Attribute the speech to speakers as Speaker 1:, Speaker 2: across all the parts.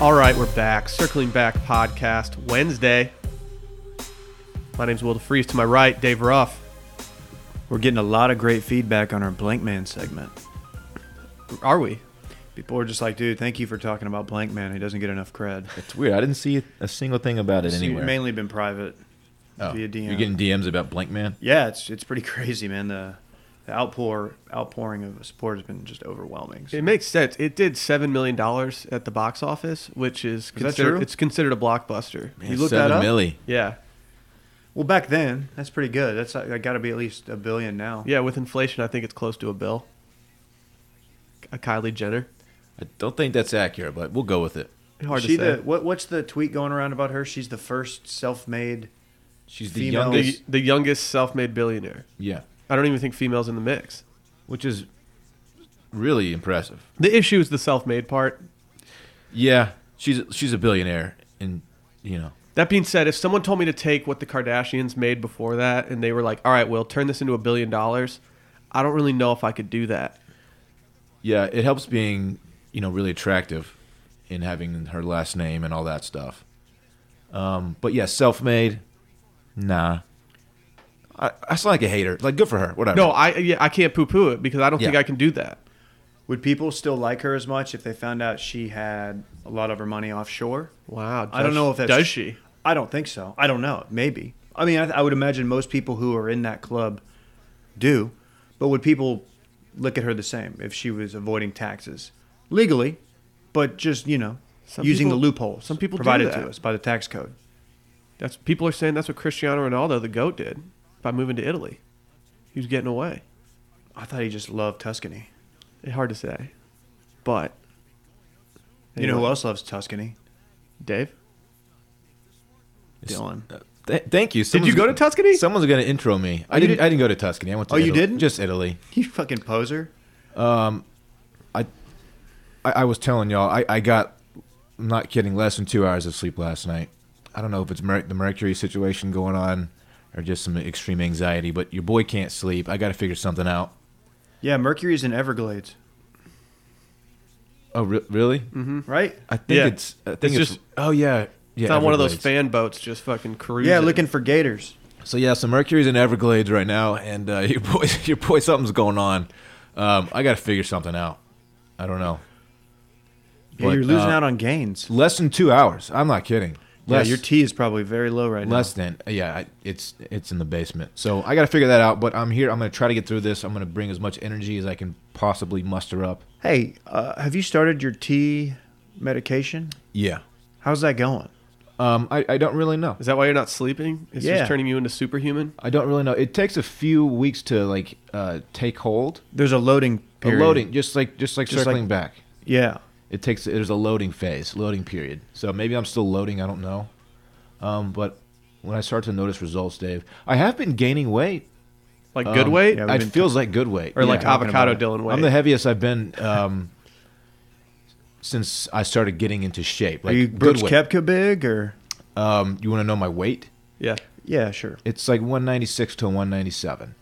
Speaker 1: All right, we're back. Circling Back Podcast, Wednesday. My name's Will DeFreeze. To my right, Dave Ruff.
Speaker 2: We're getting a lot of great feedback on our Blank Man segment.
Speaker 1: Are we?
Speaker 2: People are just like, dude, thank you for talking about Blank Man. He doesn't get enough cred.
Speaker 3: It's weird. I didn't see a single thing about it
Speaker 2: It's
Speaker 3: anywhere.
Speaker 2: mainly been private
Speaker 3: Oh,
Speaker 2: via DM.
Speaker 3: You're getting DMs about Blank Man.
Speaker 2: yeah, it's it's pretty crazy, man. The, the outpour outpouring of support has been just overwhelming.
Speaker 1: It makes sense. It did seven million dollars at the box office, which is
Speaker 2: that
Speaker 1: consider-
Speaker 2: true?
Speaker 1: It's considered a blockbuster.
Speaker 3: Man,
Speaker 2: You looked
Speaker 3: seven
Speaker 2: that up?
Speaker 3: milli.
Speaker 1: Yeah,
Speaker 2: Well, back then, that's pretty good. That's I got to be at least a billion now.
Speaker 1: yeah. With inflation, I think it's close to a bill. A Kylie Jenner.
Speaker 3: I don't think that's accurate, but we'll go with it.
Speaker 1: Hard to
Speaker 2: she
Speaker 1: say.
Speaker 2: The, what what's the tweet going around about her? She's the first self-made.
Speaker 3: She's the
Speaker 2: Female.
Speaker 3: youngest.
Speaker 1: the, the youngest self-made billionaire.
Speaker 3: Yeah,
Speaker 1: I don't even think females in the mix.
Speaker 3: which is really impressive.
Speaker 1: The issue is the self-made part.
Speaker 3: Yeah, she's she's a billionaire, and you know,
Speaker 1: That being said, if someone told me to take what the Kardashians made before that and they were like, "All right, well, turn this into a billion dollars," I don't really know if I could do that.
Speaker 3: yeah, it helps being you know really attractive in having her last name and all that stuff. Um, but yeah, self-made. Nah, I, I sound like a hater. Like, good for her. Whatever.
Speaker 1: No, I yeah, I can't poo-poo it because I don't think
Speaker 3: Yeah.
Speaker 1: I can do that.
Speaker 2: Would people still like her as much if they found out she had a lot of her money offshore?
Speaker 1: Wow,
Speaker 2: I don't
Speaker 1: does-
Speaker 2: know if that's
Speaker 1: does she.
Speaker 2: I don't think so. I don't know. Maybe. I mean, I, I would imagine most people who are in that club do, but would people look at her the same if she was avoiding taxes legally, but just you know
Speaker 1: Some
Speaker 2: using
Speaker 1: people-
Speaker 2: the loopholes
Speaker 1: some people do
Speaker 2: provided
Speaker 1: that.
Speaker 2: to us by the tax code?
Speaker 1: That's people are saying that's what Cristiano Ronaldo, the goat, did by moving to Italy. He was getting away.
Speaker 2: I thought he just loved Tuscany.
Speaker 1: It's hard to say, but
Speaker 2: You know who
Speaker 1: Anyway,
Speaker 2: else loves Tuscany?
Speaker 1: Dave,
Speaker 3: It's-
Speaker 2: Dylan.
Speaker 3: uh, th- thank you.
Speaker 1: did you
Speaker 3: Someone's-
Speaker 1: go to Tuscany?
Speaker 3: Someone's gonna intro me. I
Speaker 2: you
Speaker 3: didn't.
Speaker 2: didn't-
Speaker 3: I didn't go to Tuscany. I went to.
Speaker 2: Oh, you
Speaker 3: Italy.
Speaker 2: didn't?
Speaker 3: Just Italy.
Speaker 2: You fucking poser.
Speaker 3: I, I was telling y'all. I, I got. I'm not kidding. Less than two hours of sleep last night. I don't know if it's mer- the mercury situation going on, or just some extreme anxiety. But your boy can't sleep. I got to figure something out.
Speaker 2: Yeah, Mercury's in Everglades,
Speaker 3: Oh, re- really? Mm-hmm.
Speaker 2: right?
Speaker 3: I think
Speaker 1: Yeah.
Speaker 3: it's. I think
Speaker 1: It's
Speaker 3: it's,
Speaker 1: just-
Speaker 3: Oh yeah. Yeah.
Speaker 1: it's not one of those
Speaker 3: Everglades.
Speaker 1: fan boats just fucking cruising.
Speaker 2: Yeah, looking for gators.
Speaker 3: So yeah, so Mercury's in Everglades right now, and uh, your boy, your boy, something's going on. Um, I got to figure something out. I don't know.
Speaker 2: Yeah,
Speaker 3: But,
Speaker 2: you're losing
Speaker 3: uh,
Speaker 2: out on gains.
Speaker 3: Less than two hours. I'm not kidding. Less,
Speaker 2: yeah, your T is probably very low right now.
Speaker 3: less than yeah. I, it's it's in the basement. So I got to figure that out. But I'm here. I'm gonna try to get through this. I'm gonna bring as much energy as I can possibly muster up.
Speaker 2: Hey, uh, have you started your T medication?
Speaker 3: Yeah.
Speaker 2: How's that going?
Speaker 3: Um. I, I don't really know.
Speaker 1: Is that why you're not sleeping? It's
Speaker 2: Yeah.
Speaker 1: just turning you into superhuman.
Speaker 3: I don't really know. It takes a few weeks to like uh take hold.
Speaker 2: There's a loading
Speaker 3: A
Speaker 2: period.
Speaker 3: loading, just like just like
Speaker 2: Just like-
Speaker 3: circling back.
Speaker 2: Yeah.
Speaker 3: It takes there's a loading phase, loading period. So maybe I'm still loading. I don't know. Um. But when I start to notice results, Dave, I have been gaining weight.
Speaker 1: Like good
Speaker 3: Um,
Speaker 1: weight?
Speaker 2: Oh, yeah, we've
Speaker 3: It
Speaker 2: been-
Speaker 3: feels like good weight.
Speaker 1: or like
Speaker 3: Yeah.
Speaker 2: talking
Speaker 1: avocado
Speaker 2: about it.
Speaker 1: Dylan weight?
Speaker 3: I'm the heaviest I've been um, since I started getting into shape. Like
Speaker 2: Are you
Speaker 3: good
Speaker 2: Brooks
Speaker 3: weight.
Speaker 2: Kepka big or?
Speaker 3: Um, you want to know my weight?
Speaker 1: yeah.
Speaker 2: Yeah, sure.
Speaker 3: It's like 196 to 197.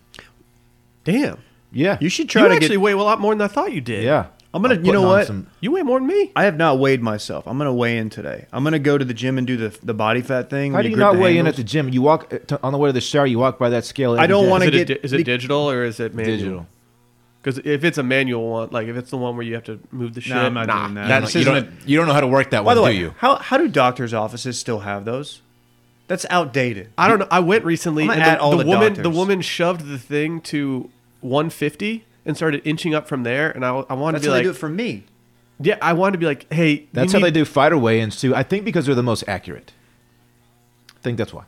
Speaker 1: Damn.
Speaker 3: Yeah.
Speaker 2: You should
Speaker 1: You
Speaker 2: try to
Speaker 1: actually
Speaker 2: get.
Speaker 1: weigh a lot more than I thought you did.
Speaker 3: yeah.
Speaker 2: I'm gonna-
Speaker 3: I'm
Speaker 2: you know
Speaker 3: putting on
Speaker 2: what?
Speaker 1: You weigh more than me.
Speaker 2: I have not weighed myself. I'm gonna weigh in today. I'm gonna go to the gym and do the the body fat thing.
Speaker 3: How
Speaker 2: where
Speaker 3: do you
Speaker 2: grip
Speaker 3: not
Speaker 2: the
Speaker 3: weigh in
Speaker 2: handles.
Speaker 3: at the gym? You walk to, on the way to the shower. You walk by that scale.
Speaker 2: I
Speaker 3: every
Speaker 2: don't
Speaker 3: day.
Speaker 2: wanna
Speaker 1: Is it, a
Speaker 2: get-
Speaker 1: di- is it digital or is it manual?
Speaker 3: digital.
Speaker 1: Because if it's a manual one, like if it's the one where you have to move the shit,
Speaker 2: I'm not
Speaker 1: nah,
Speaker 2: doing that.
Speaker 3: You don't,
Speaker 1: That's
Speaker 3: know, you,
Speaker 1: isn't
Speaker 3: don't, you don't know how to work that
Speaker 2: By
Speaker 3: one,
Speaker 2: the
Speaker 3: do
Speaker 2: way,
Speaker 3: you?
Speaker 2: how how do doctors' offices still have those? That's outdated.
Speaker 1: I don't know. I went recently,
Speaker 2: I'm gonna
Speaker 1: and the,
Speaker 2: add all
Speaker 1: the
Speaker 2: the
Speaker 1: woman the
Speaker 2: doctors.
Speaker 1: woman shoved the thing to 150 and started inching up from there. And I, I wanted
Speaker 2: That's
Speaker 1: to be
Speaker 2: how they
Speaker 1: like,
Speaker 2: do it for me.
Speaker 1: yeah, I wanted to be like, hey, you
Speaker 3: That's how
Speaker 1: need-
Speaker 3: they do fighter weigh-ins too. I think because they're the most accurate. I think that's why.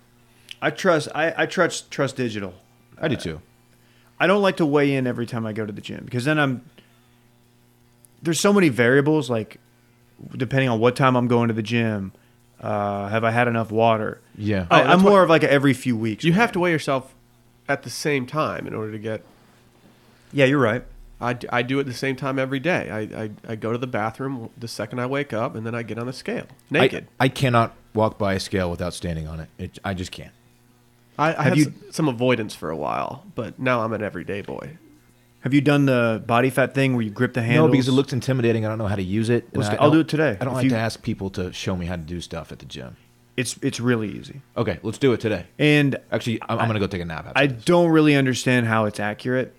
Speaker 2: I trust. I, I trust trust digital.
Speaker 3: I do too.
Speaker 2: I don't like to weigh in every time I go to the gym because then I'm there's so many variables like depending on what time I'm going to the gym, uh, have I had enough water?
Speaker 3: Yeah.
Speaker 2: I,
Speaker 1: Oh, that's
Speaker 2: I'm
Speaker 1: what-
Speaker 2: more of like a every few weeks.
Speaker 1: You have to weigh yourself at the same time in order to get
Speaker 2: Yeah, you're right.
Speaker 1: I, d- I do it the same time every day. I, I, I go to the bathroom the second I wake up, and then I get on the scale naked.
Speaker 3: I, I cannot walk by a scale without standing on it. it I just can't.
Speaker 1: I, I,
Speaker 2: Have
Speaker 1: had
Speaker 2: you-
Speaker 1: s- some avoidance for a while, but now I'm an everyday boy.
Speaker 2: Have you done the body fat thing where you grip the handle?
Speaker 3: No, because it looks intimidating. I don't know how to use it. and
Speaker 2: Let's
Speaker 3: I
Speaker 2: do- I'll do
Speaker 3: don't-
Speaker 2: it today.
Speaker 3: I don't
Speaker 2: If
Speaker 3: like
Speaker 2: you-
Speaker 3: to ask people to show me how to do stuff at the gym.
Speaker 2: It's it's really easy.
Speaker 3: Okay, let's do it today.
Speaker 2: And
Speaker 3: Actually, I'm, I'm gonna go take a nap. After
Speaker 2: I
Speaker 3: this.
Speaker 2: don't really understand how it's accurate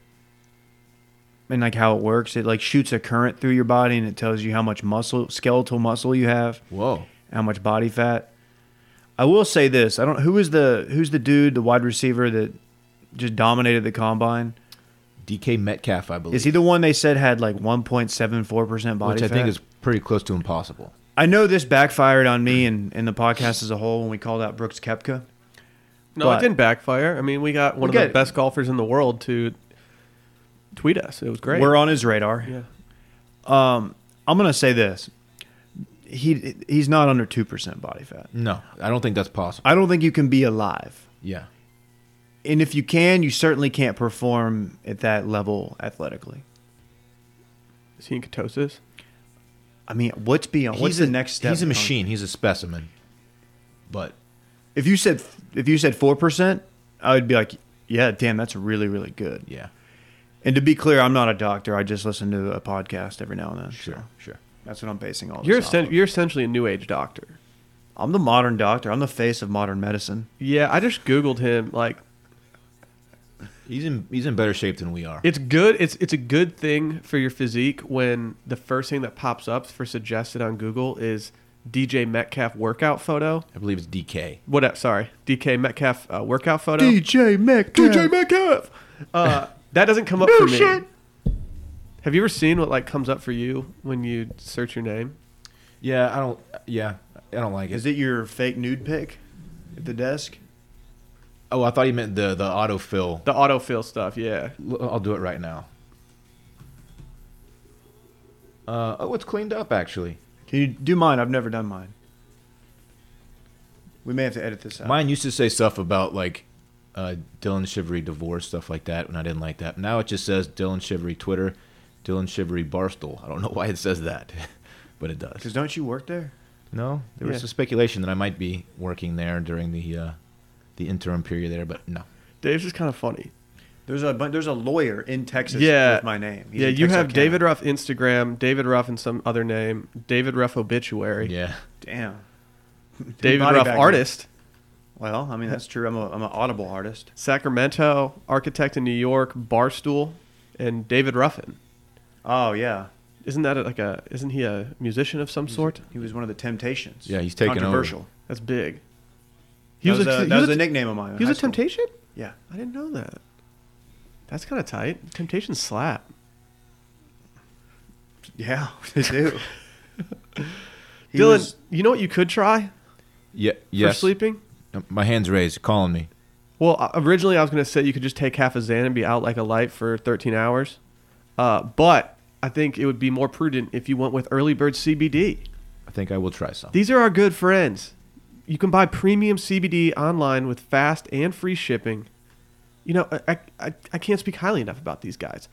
Speaker 2: and like how it works. It like shoots a current through your body and it tells you how much muscle, skeletal muscle you have,
Speaker 3: Whoa.
Speaker 2: how much body fat. I will say this: I don't. Who is the who's the dude, the wide receiver that just dominated the combine?
Speaker 3: DK Metcalf, I believe.
Speaker 2: Is he the one they said had like 1.74 percent body
Speaker 3: which I
Speaker 2: fat?
Speaker 3: think is pretty close to impossible.
Speaker 2: I know this backfired on me and, and the podcast as a whole when we called out Brooks Kepka.
Speaker 1: No,
Speaker 2: But-
Speaker 1: it didn't backfire. I mean, we got one
Speaker 2: We
Speaker 1: of
Speaker 2: got-
Speaker 1: the best golfers in the world to tweet us. It was great.
Speaker 2: We're on his radar.
Speaker 1: yeah.
Speaker 2: I'm gonna say this: he he's not under two percent body fat.
Speaker 3: No, I don't think that's possible.
Speaker 2: I don't think you can be alive.
Speaker 3: yeah.
Speaker 2: And if you can, you certainly can't perform at that level athletically.
Speaker 1: Is he in ketosis?
Speaker 2: I mean, what's beyond? What's
Speaker 3: a,
Speaker 2: the next step?
Speaker 3: He's a machine. He's a specimen. But
Speaker 2: If you said if you said four percent, I would be like, yeah, damn, that's really really good.
Speaker 3: yeah,
Speaker 2: And to be clear, I'm not a doctor. I just listen to a podcast every now and then.
Speaker 3: sure,
Speaker 2: So
Speaker 3: sure.
Speaker 2: that's what I'm basing all. This
Speaker 1: You're
Speaker 2: off
Speaker 1: essen-
Speaker 2: of.
Speaker 1: you're essentially a new age doctor.
Speaker 2: I'm the modern doctor. I'm the face of modern medicine.
Speaker 1: Yeah, I just googled him. Like,
Speaker 3: He's in he's in better shape than we are.
Speaker 1: it's good. It's it's a good thing for your physique when the first thing that pops up for suggested on Google is DJ Metcalf workout photo.
Speaker 3: I believe it's DK.
Speaker 1: What? uh, Sorry, DK Metcalf uh, workout photo.
Speaker 2: DJ Mick.
Speaker 1: DJ Metcalf. Uh, that doesn't come up
Speaker 2: No
Speaker 1: for me.
Speaker 2: shit.
Speaker 1: Have you ever seen what like comes up for you when you search your name?
Speaker 3: Yeah, I don't. Yeah, I don't like it.
Speaker 2: Is it your fake nude pic at the desk?
Speaker 3: Oh, I thought you meant the the autofill.
Speaker 1: The autofill stuff. Yeah.
Speaker 3: L- I'll do it right now. Uh, oh, it's cleaned up actually.
Speaker 2: Can you do mine? I've never done mine. We may have to edit this out.
Speaker 3: Mine used to say stuff about like uh, Dylan Shivery divorce stuff like that, and I didn't like that. Now it just says Dylan Shivery Twitter, Dylan Shivery Barstool. I don't know why it says that, but it does.
Speaker 2: Because don't you work there?
Speaker 3: No, there
Speaker 1: Yeah.
Speaker 3: was some speculation that I might be working there during the uh, the interim period there, but no.
Speaker 1: Dave's just kind of funny.
Speaker 2: There's a bu- there's a lawyer in Texas
Speaker 1: yeah.
Speaker 2: with my name. He's
Speaker 1: yeah,
Speaker 2: in
Speaker 1: you
Speaker 2: Texarkana.
Speaker 1: have David Ruff Instagram, David Ruff and some other name, David Ruff obituary,
Speaker 3: Yeah,
Speaker 2: Damn.
Speaker 1: David
Speaker 2: Body
Speaker 1: Ruff
Speaker 2: bag.
Speaker 1: artist,
Speaker 2: Well, I mean that's true. I'm a I'm an Audible artist.
Speaker 1: Sacramento architect in New York, Barstool, and David Ruffin.
Speaker 2: Oh yeah,
Speaker 1: Isn't that like a? Isn't he a musician of some sort?
Speaker 2: he was one of the Temptations.
Speaker 3: Yeah, he's taken over.
Speaker 2: controversial.
Speaker 1: That's big.
Speaker 2: He was, a,
Speaker 1: he
Speaker 2: that was
Speaker 1: a-
Speaker 2: a nickname of mine. in
Speaker 1: He
Speaker 2: high
Speaker 1: was a
Speaker 2: school.
Speaker 1: Temptation.
Speaker 2: Yeah,
Speaker 1: I didn't know that. That's kind of tight. Temptation slap.
Speaker 2: yeah, they do. He
Speaker 1: Dylan,
Speaker 2: was-
Speaker 1: you know what you could try
Speaker 3: yeah, yes.
Speaker 1: for sleeping?
Speaker 3: Uh, My hands raised, calling me.
Speaker 1: Well, uh, originally I was going to say you could just take half a Xan and be out like a light for 13 hours. Uh, but I think it would be more prudent if you went with early bird CBD.
Speaker 3: I think I will try some.
Speaker 1: These are our good friends. You can buy premium CBD online with fast and free shipping. You know, I- I, I, I can't speak highly enough about these guys.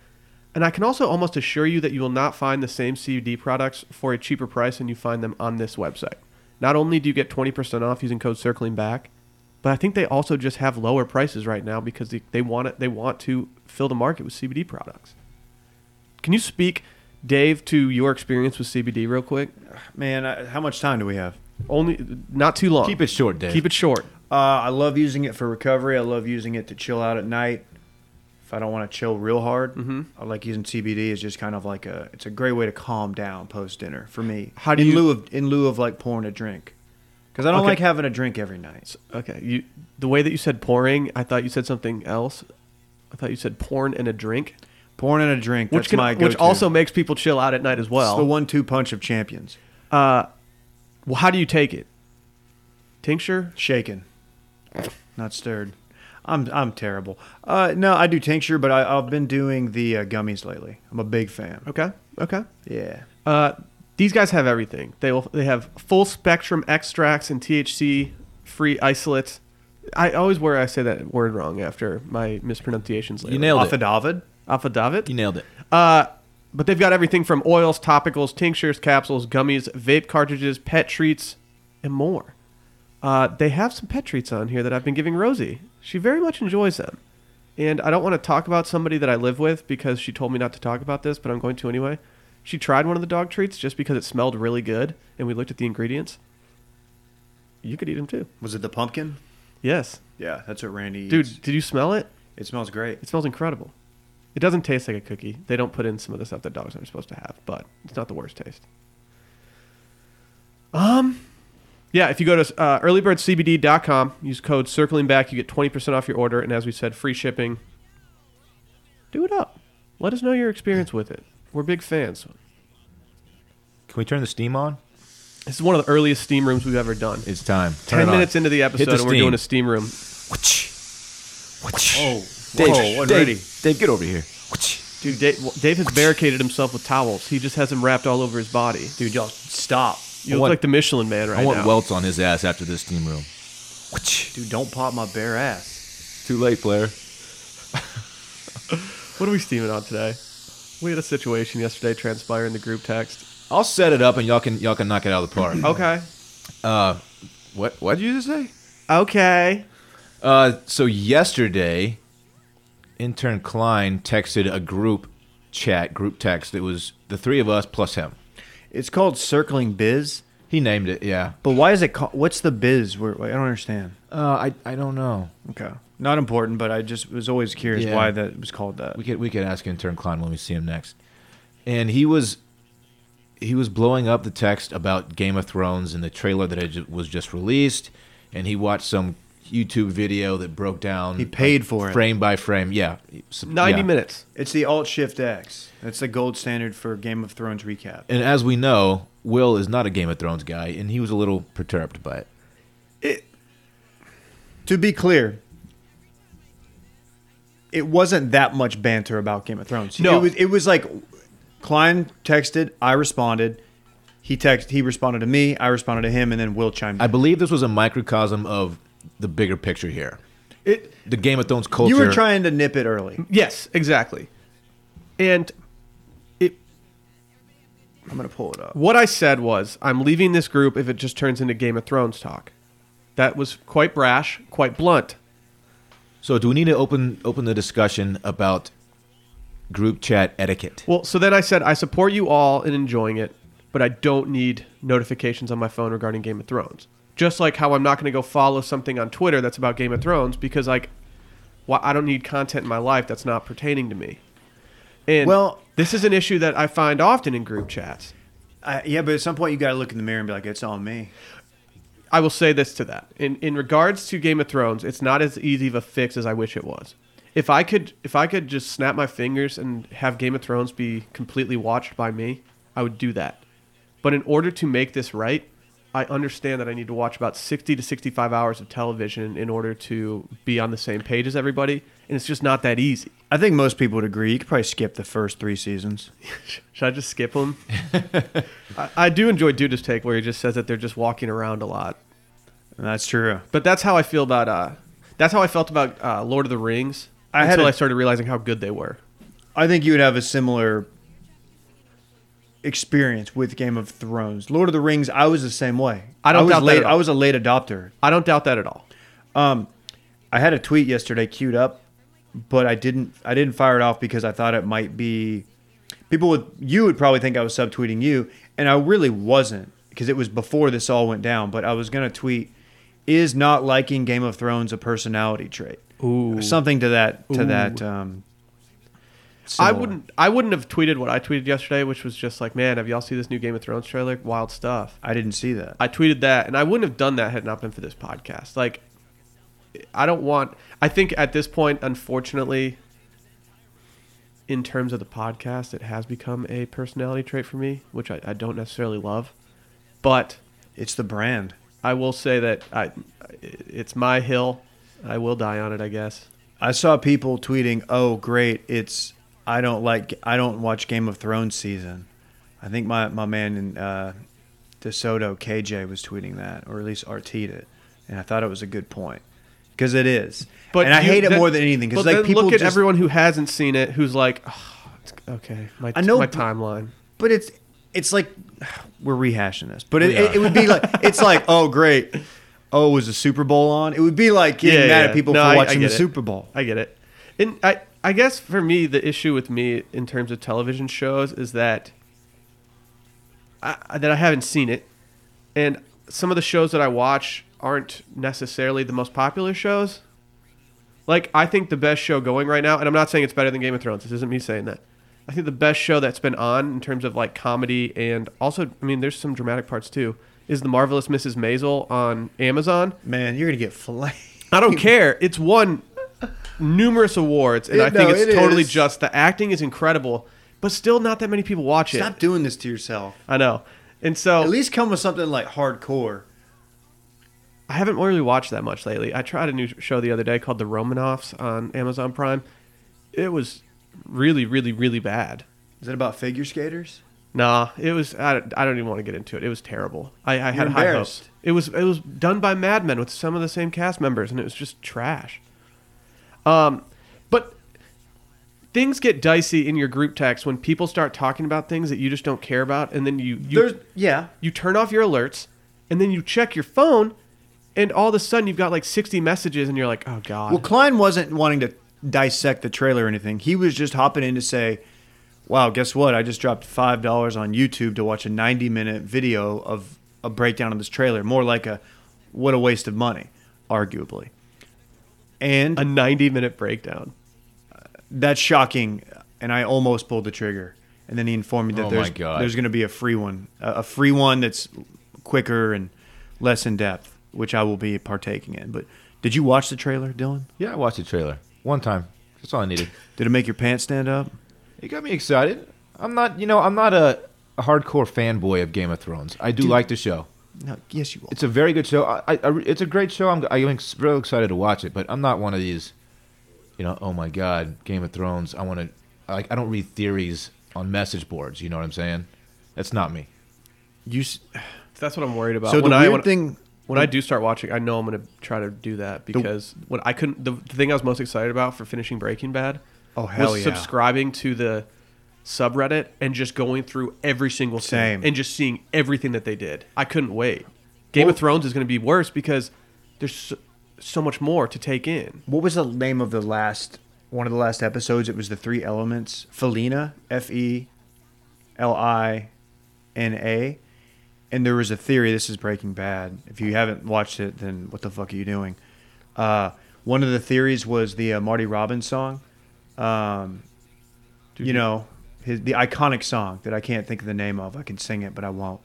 Speaker 1: And I can also almost assure you that you will not find the same CBD products for a cheaper price than you find them on this website. Not only do you get 20% off using code circling back, but I think they also just have lower prices right now because they, they want it, they want to fill the market with CBD products. Can you speak, Dave, to your experience with CBD real quick?
Speaker 2: man, I, how much time do we have?
Speaker 1: Only not too long.
Speaker 3: Keep it short, Dave.
Speaker 1: Keep it short.
Speaker 2: Uh, I love using it for recovery. I love using it to chill out at night. If I don't want to chill real hard, mm-hmm. I like using CBD. It's just kind of like a. It's a great way to calm down post dinner for me.
Speaker 1: How do
Speaker 2: in
Speaker 1: you-
Speaker 2: lieu of in lieu of like pouring a drink? Because I don't
Speaker 1: Okay.
Speaker 2: like having a drink every night.
Speaker 1: Okay, you the way that you said pouring, I thought you said something else. I thought you said porn and a drink,
Speaker 2: Pouring in a drink,
Speaker 1: which
Speaker 2: that's
Speaker 1: can,
Speaker 2: my
Speaker 1: which
Speaker 2: go-to.
Speaker 1: also makes people chill out at night as
Speaker 2: it's the
Speaker 1: well.
Speaker 2: one-two punch of champions.
Speaker 1: Uh, well, how do you take it? Tincture?
Speaker 2: Shaken, not stirred. I'm I'm terrible. Uh, no, I do tincture, but I, I've been doing the uh, gummies lately. I'm a big fan.
Speaker 1: Okay, okay.
Speaker 2: Yeah.
Speaker 1: Uh, these guys have everything. They will, they have full spectrum extracts and THC free isolates. I always worry I say that word wrong after my mispronunciations. Lately.
Speaker 3: You nailed
Speaker 2: Off
Speaker 3: it.
Speaker 2: of David.
Speaker 1: Affidavit?
Speaker 3: You nailed it.
Speaker 1: Uh, but they've got everything from oils, topicals, tinctures, capsules, gummies, vape cartridges, pet treats, and more. Uh, they have some pet treats on here that I've been giving Rosie. She very much enjoys them. And I don't want to talk about somebody that I live with because she told me not to talk about this, but I'm going to anyway. She tried one of the dog treats just because it smelled really good, and we looked at the ingredients. You could eat them too.
Speaker 2: Was it the pumpkin?
Speaker 1: Yes.
Speaker 2: Yeah, that's what Randy. eats.
Speaker 1: Dude, did you smell it?
Speaker 2: it smells great.
Speaker 1: It smells incredible. It doesn't taste like a cookie. They don't put in some of the stuff that dogs aren't supposed to have, but it's not the worst taste. Um, yeah, if you go to uh, earlybirdcbd.com, use code circling back, you get 20% off your order. And as we said, free shipping. Do it up. Let us know your experience with it. We're big fans.
Speaker 3: Can we turn the steam on?
Speaker 1: This is one of the earliest steam rooms we've ever done.
Speaker 3: It's time. Turn
Speaker 1: 10
Speaker 3: it
Speaker 1: minutes
Speaker 3: on.
Speaker 1: into the episode,
Speaker 3: the
Speaker 1: and we're
Speaker 3: steam.
Speaker 1: doing a steam room.
Speaker 2: Oh,
Speaker 3: Dave,
Speaker 2: whoa, wasn't
Speaker 3: Dave,
Speaker 2: ready.
Speaker 3: Dave, get over here.
Speaker 1: Dude, Dave, Dave has barricaded himself with towels. He just has them wrapped all over his body.
Speaker 2: Dude, y'all stop.
Speaker 1: You
Speaker 3: I
Speaker 1: look
Speaker 3: want-
Speaker 1: like the Michelin man right
Speaker 3: I want
Speaker 1: now.
Speaker 3: welts on his ass after this steam room.
Speaker 2: Dude, don't pop my bare ass.
Speaker 3: Too late, Blair.
Speaker 1: What are we steaming on today? We had a situation yesterday transpire in the group text.
Speaker 3: I'll set it up and y'all can y'all can knock it out of the park.
Speaker 1: Okay.
Speaker 3: What what did you just say?
Speaker 1: Okay.
Speaker 3: Uh, so yesterday, intern Klein texted a group chat, group text. It was the three of us plus him.
Speaker 2: It's called circling biz,
Speaker 3: He named it. Yeah.
Speaker 2: but why is it called? What's the biz? Where, I don't understand.
Speaker 3: Uh, I I don't know.
Speaker 2: Okay, not important, but I just was always curious
Speaker 3: Yeah.
Speaker 2: why that was called that.
Speaker 3: We could we could ask intern Klein when we see him next. And he was he was blowing up the text about Game of Thrones and the trailer that had ju- was just released, and he watched some YouTube video that broke down.
Speaker 2: He paid for it.
Speaker 3: frame by frame. Yeah, So-
Speaker 1: 90
Speaker 3: yeah.
Speaker 1: minutes.
Speaker 2: It's the Alt Shift X. That's the gold standard for Game of Thrones recap.
Speaker 3: And as we know, Will is not a Game of Thrones guy, and he was a little perturbed by it.
Speaker 2: It, to be clear, it wasn't that much banter about Game of Thrones.
Speaker 1: No.
Speaker 2: it was, it was like Klein texted, I responded. He text, he responded to me, I responded to him, and then Will chimed
Speaker 3: I
Speaker 2: in.
Speaker 3: believe this was a microcosm of the bigger picture here.
Speaker 1: It
Speaker 3: The Game of Thrones culture.
Speaker 2: you were trying to nip it early.
Speaker 1: Yes, exactly. And it
Speaker 2: I'm gonna pull it up.
Speaker 1: what I said was, I'm leaving this group if it just turns into Game of Thrones talk. That was quite brash, quite blunt.
Speaker 3: So do we need to open open the discussion about group chat etiquette?
Speaker 1: Well, so then I said, I support you all in enjoying it, but I don't need notifications on my phone regarding Game of Thrones. Just like how I'm not going to go follow something on Twitter that's about Game of Thrones because, like, why I don't need content in my life that's not pertaining to me. And
Speaker 2: Well-
Speaker 1: this is an issue that I find often in group chats.
Speaker 2: I, yeah, but at some point you gotta look in the mirror and be like, it's on me.
Speaker 1: I will say this to that. In in regards to Game of Thrones, it's not as easy of a fix as I wish it was. If I could if I could just snap my fingers and have Game of Thrones be completely watched by me, I would do that. But in order to make this right, I understand that I need to watch about 60 to 65 hours of television in order to be on the same page as everybody, and it's just not that easy.
Speaker 2: I think most people would agree. You could probably skip the first three seasons.
Speaker 1: Should I just skip them? I, I do enjoy Duda's take where he just says that they're just walking around a lot.
Speaker 2: And that's true.
Speaker 1: But that's how I feel about uh that's how I felt about uh, Lord of the Rings
Speaker 2: I had
Speaker 1: until
Speaker 2: a-
Speaker 1: I started realizing how good they were.
Speaker 2: I think you would have a similar experience with Game of Thrones. Lord of the Rings, I was the same way.
Speaker 1: I don't
Speaker 2: was
Speaker 1: doubt that
Speaker 2: late,
Speaker 1: at all.
Speaker 2: I was a late adopter. Um,
Speaker 1: I don't doubt that at all.
Speaker 2: I had a tweet yesterday queued up, but I didn't I didn't fire it off because I thought it might be people would you would probably think I was subtweeting you, and I really wasn't because it was before this all went down, but I was going to tweet is not liking Game of Thrones a personality trait.
Speaker 1: Ooh.
Speaker 2: Something to that to
Speaker 1: Ooh.
Speaker 2: that um
Speaker 1: I
Speaker 2: similar.
Speaker 1: wouldn't I wouldn't have tweeted what I tweeted yesterday, which was just like, man, have y'all seen this new Game of Thrones trailer? Wild stuff.
Speaker 2: I didn't see that.
Speaker 1: I tweeted that and I wouldn't have done that had it not been for this podcast. Like I don't want I think at this point, unfortunately, in terms of the podcast, it has become a personality trait for me, which I, I don't necessarily love. But
Speaker 2: It's the brand.
Speaker 1: I will say that I, it's my hill. I will die on it, I guess.
Speaker 2: I saw people tweeting, "Oh, great! It's I don't like I don't watch Game of Thrones season." I think my my man in uh, DeSoto KJ was tweeting that, or at least RT'd it, and I thought it was a good point because it is. But and I
Speaker 1: you-
Speaker 2: hate it
Speaker 1: that-
Speaker 2: more than anything because
Speaker 1: but
Speaker 2: like
Speaker 1: then
Speaker 2: people
Speaker 1: look at
Speaker 2: just,
Speaker 1: everyone who hasn't seen it, who's like, "Oh, it's- okay, my
Speaker 2: I know,
Speaker 1: my
Speaker 2: but-
Speaker 1: timeline.
Speaker 2: But it's it's like we're rehashing this, but it,
Speaker 3: We
Speaker 2: it,
Speaker 3: are.
Speaker 2: it would be like it's like oh great, oh was the Super Bowl on? It would be like getting
Speaker 1: Yeah,
Speaker 2: mad
Speaker 1: yeah.
Speaker 2: at people
Speaker 1: No,
Speaker 2: for
Speaker 1: I- I
Speaker 2: watching
Speaker 1: get
Speaker 2: the
Speaker 1: it.
Speaker 2: Super Bowl.
Speaker 1: I get it. And I, I guess for me, the issue with me in terms of television shows is that I, I- that I haven't seen it, and some of the shows that I watch aren't necessarily the most popular shows. Like I think the best show going right now, and I'm not saying it's better than Game of Thrones. This isn't me saying that. I think the best show that's been on in terms of like comedy and also, I mean, there's some dramatic parts too. Is the marvelous Mrs. Maisel on Amazon?
Speaker 2: Man, you're gonna get flamed.
Speaker 1: I don't care. It's won numerous awards, and
Speaker 2: It-
Speaker 1: I think
Speaker 2: no,
Speaker 1: it's
Speaker 2: it
Speaker 1: totally
Speaker 2: is.
Speaker 1: just. The acting is incredible, but still not that many people watch
Speaker 2: Stop
Speaker 1: it.
Speaker 2: doing this to yourself.
Speaker 1: I know. And so
Speaker 2: At least come with something like hardcore.
Speaker 1: I haven't really watched that much lately. I tried a new show the other day called The Romanoffs on Amazon Prime. It was really, really, really bad.
Speaker 2: Is it about figure skaters?
Speaker 1: Nah, it was. I don't, I don't even want to get into it. It was terrible. I, I had
Speaker 2: You're
Speaker 1: high hopes.
Speaker 2: embarrassed.
Speaker 1: It was it was done by Mad Men with some of the same cast members, and it was just trash. Um, but things get dicey in your group text when people start talking about things that you just don't care about, and then you you
Speaker 2: There's yeah.
Speaker 1: you turn off your alerts, and then you check your phone, and all of a sudden you've got like sixty messages, and you're like, oh god.
Speaker 2: Well, Klein wasn't wanting to dissect the trailer or anything. He was just hopping in to say, "Wow, guess what? I just dropped five dollars on YouTube to watch a ninety-minute video of a breakdown of this trailer. More like a what a waste of money, arguably." And
Speaker 1: a 90 minute breakdown.
Speaker 2: that's shocking, and I almost pulled the trigger. And then he informed me that
Speaker 3: Oh my
Speaker 2: there's
Speaker 3: God.
Speaker 2: there's going to be a free one, a a free one that's quicker and less in depth, which I will be partaking in. But did you watch the trailer, Dylan?
Speaker 3: Yeah, I watched the trailer one time. That's all I needed.
Speaker 2: Did it make your pants stand up?
Speaker 3: It got me excited. I'm not, you know, I'm not a, a hardcore fanboy of Game of Thrones. I do like the show.
Speaker 2: No, yes, you will.
Speaker 3: It's a very good show. I, I, I it's a great show. I'm, I'm ex- real excited to watch it, but I'm not one of these, you know, oh my god, Game of Thrones. I want to, like, I don't read theories on message boards. You know what I'm saying? That's not me.
Speaker 2: You s-
Speaker 1: That's what I'm worried about.
Speaker 2: so the
Speaker 1: When I-
Speaker 2: weird
Speaker 1: when-
Speaker 2: thing
Speaker 1: When I do start watching, I know I'm going to try to do that because when I couldn't, the, the thing I was most excited about for finishing Breaking Bad
Speaker 2: Oh, hell
Speaker 1: was
Speaker 2: yeah.
Speaker 1: subscribing to the subreddit and just going through every single thing
Speaker 2: Same.
Speaker 1: and just seeing everything that they did. I couldn't wait. Game
Speaker 2: Well-
Speaker 1: of Thrones is going to be worse because there's so, so much more to take in.
Speaker 2: what was the name of the last one of the last episodes? It was the three elements. Felina, F E L I N A. And there was a theory, this is Breaking Bad. If you haven't watched it, then what the fuck are you doing? Uh, one of the theories was the uh, Marty Robbins song. Um, you know, his, the iconic song that I can't think of the name of. I can sing it, but I won't.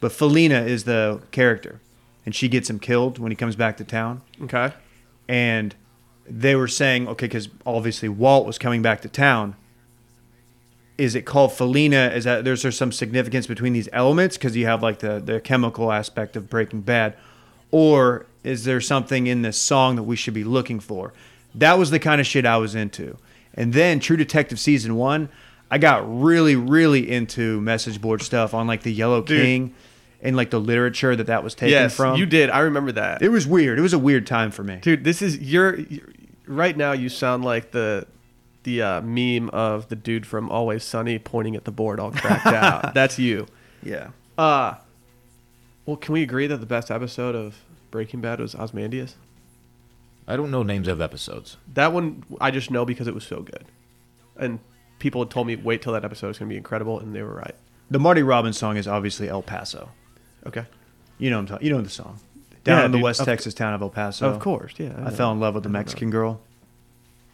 Speaker 2: But Felina is the character, and she gets him killed when he comes back to town
Speaker 1: Okay.
Speaker 2: and they were saying, okay, because obviously Walt was coming back to town. Is it called Felina? Is that there's there's some significance between these elements because you have like the the chemical aspect of Breaking Bad, or is there something in this song that we should be looking for? That was the kind of shit I was into. And then True Detective season one, I got really really into message board stuff on like the Yellow
Speaker 1: Dude.
Speaker 2: King, and like the literature that that was taken
Speaker 1: Yes,
Speaker 2: from.
Speaker 1: you did. I remember that.
Speaker 2: It was weird. It was a weird time for me.
Speaker 1: Dude, this is your right now. You sound like the the uh, meme of the dude from Always Sunny pointing at the board, all cracked out. That's you.
Speaker 2: Yeah.
Speaker 1: Uh well, can we agree that the best episode of Breaking Bad was Osmandius?
Speaker 3: I don't know names of episodes.
Speaker 1: That one I just know because it was so good, and people had told me wait till that episode is going to be incredible, and they were right.
Speaker 2: The Marty Robbins song is obviously El Paso.
Speaker 1: Okay,
Speaker 2: You know what I'm talking. You know the song. Down
Speaker 1: Yeah,
Speaker 2: in the
Speaker 1: dude,
Speaker 2: West
Speaker 1: of-
Speaker 2: Texas town of El Paso.
Speaker 1: of course, yeah.
Speaker 2: I fell in love with a Mexican girl.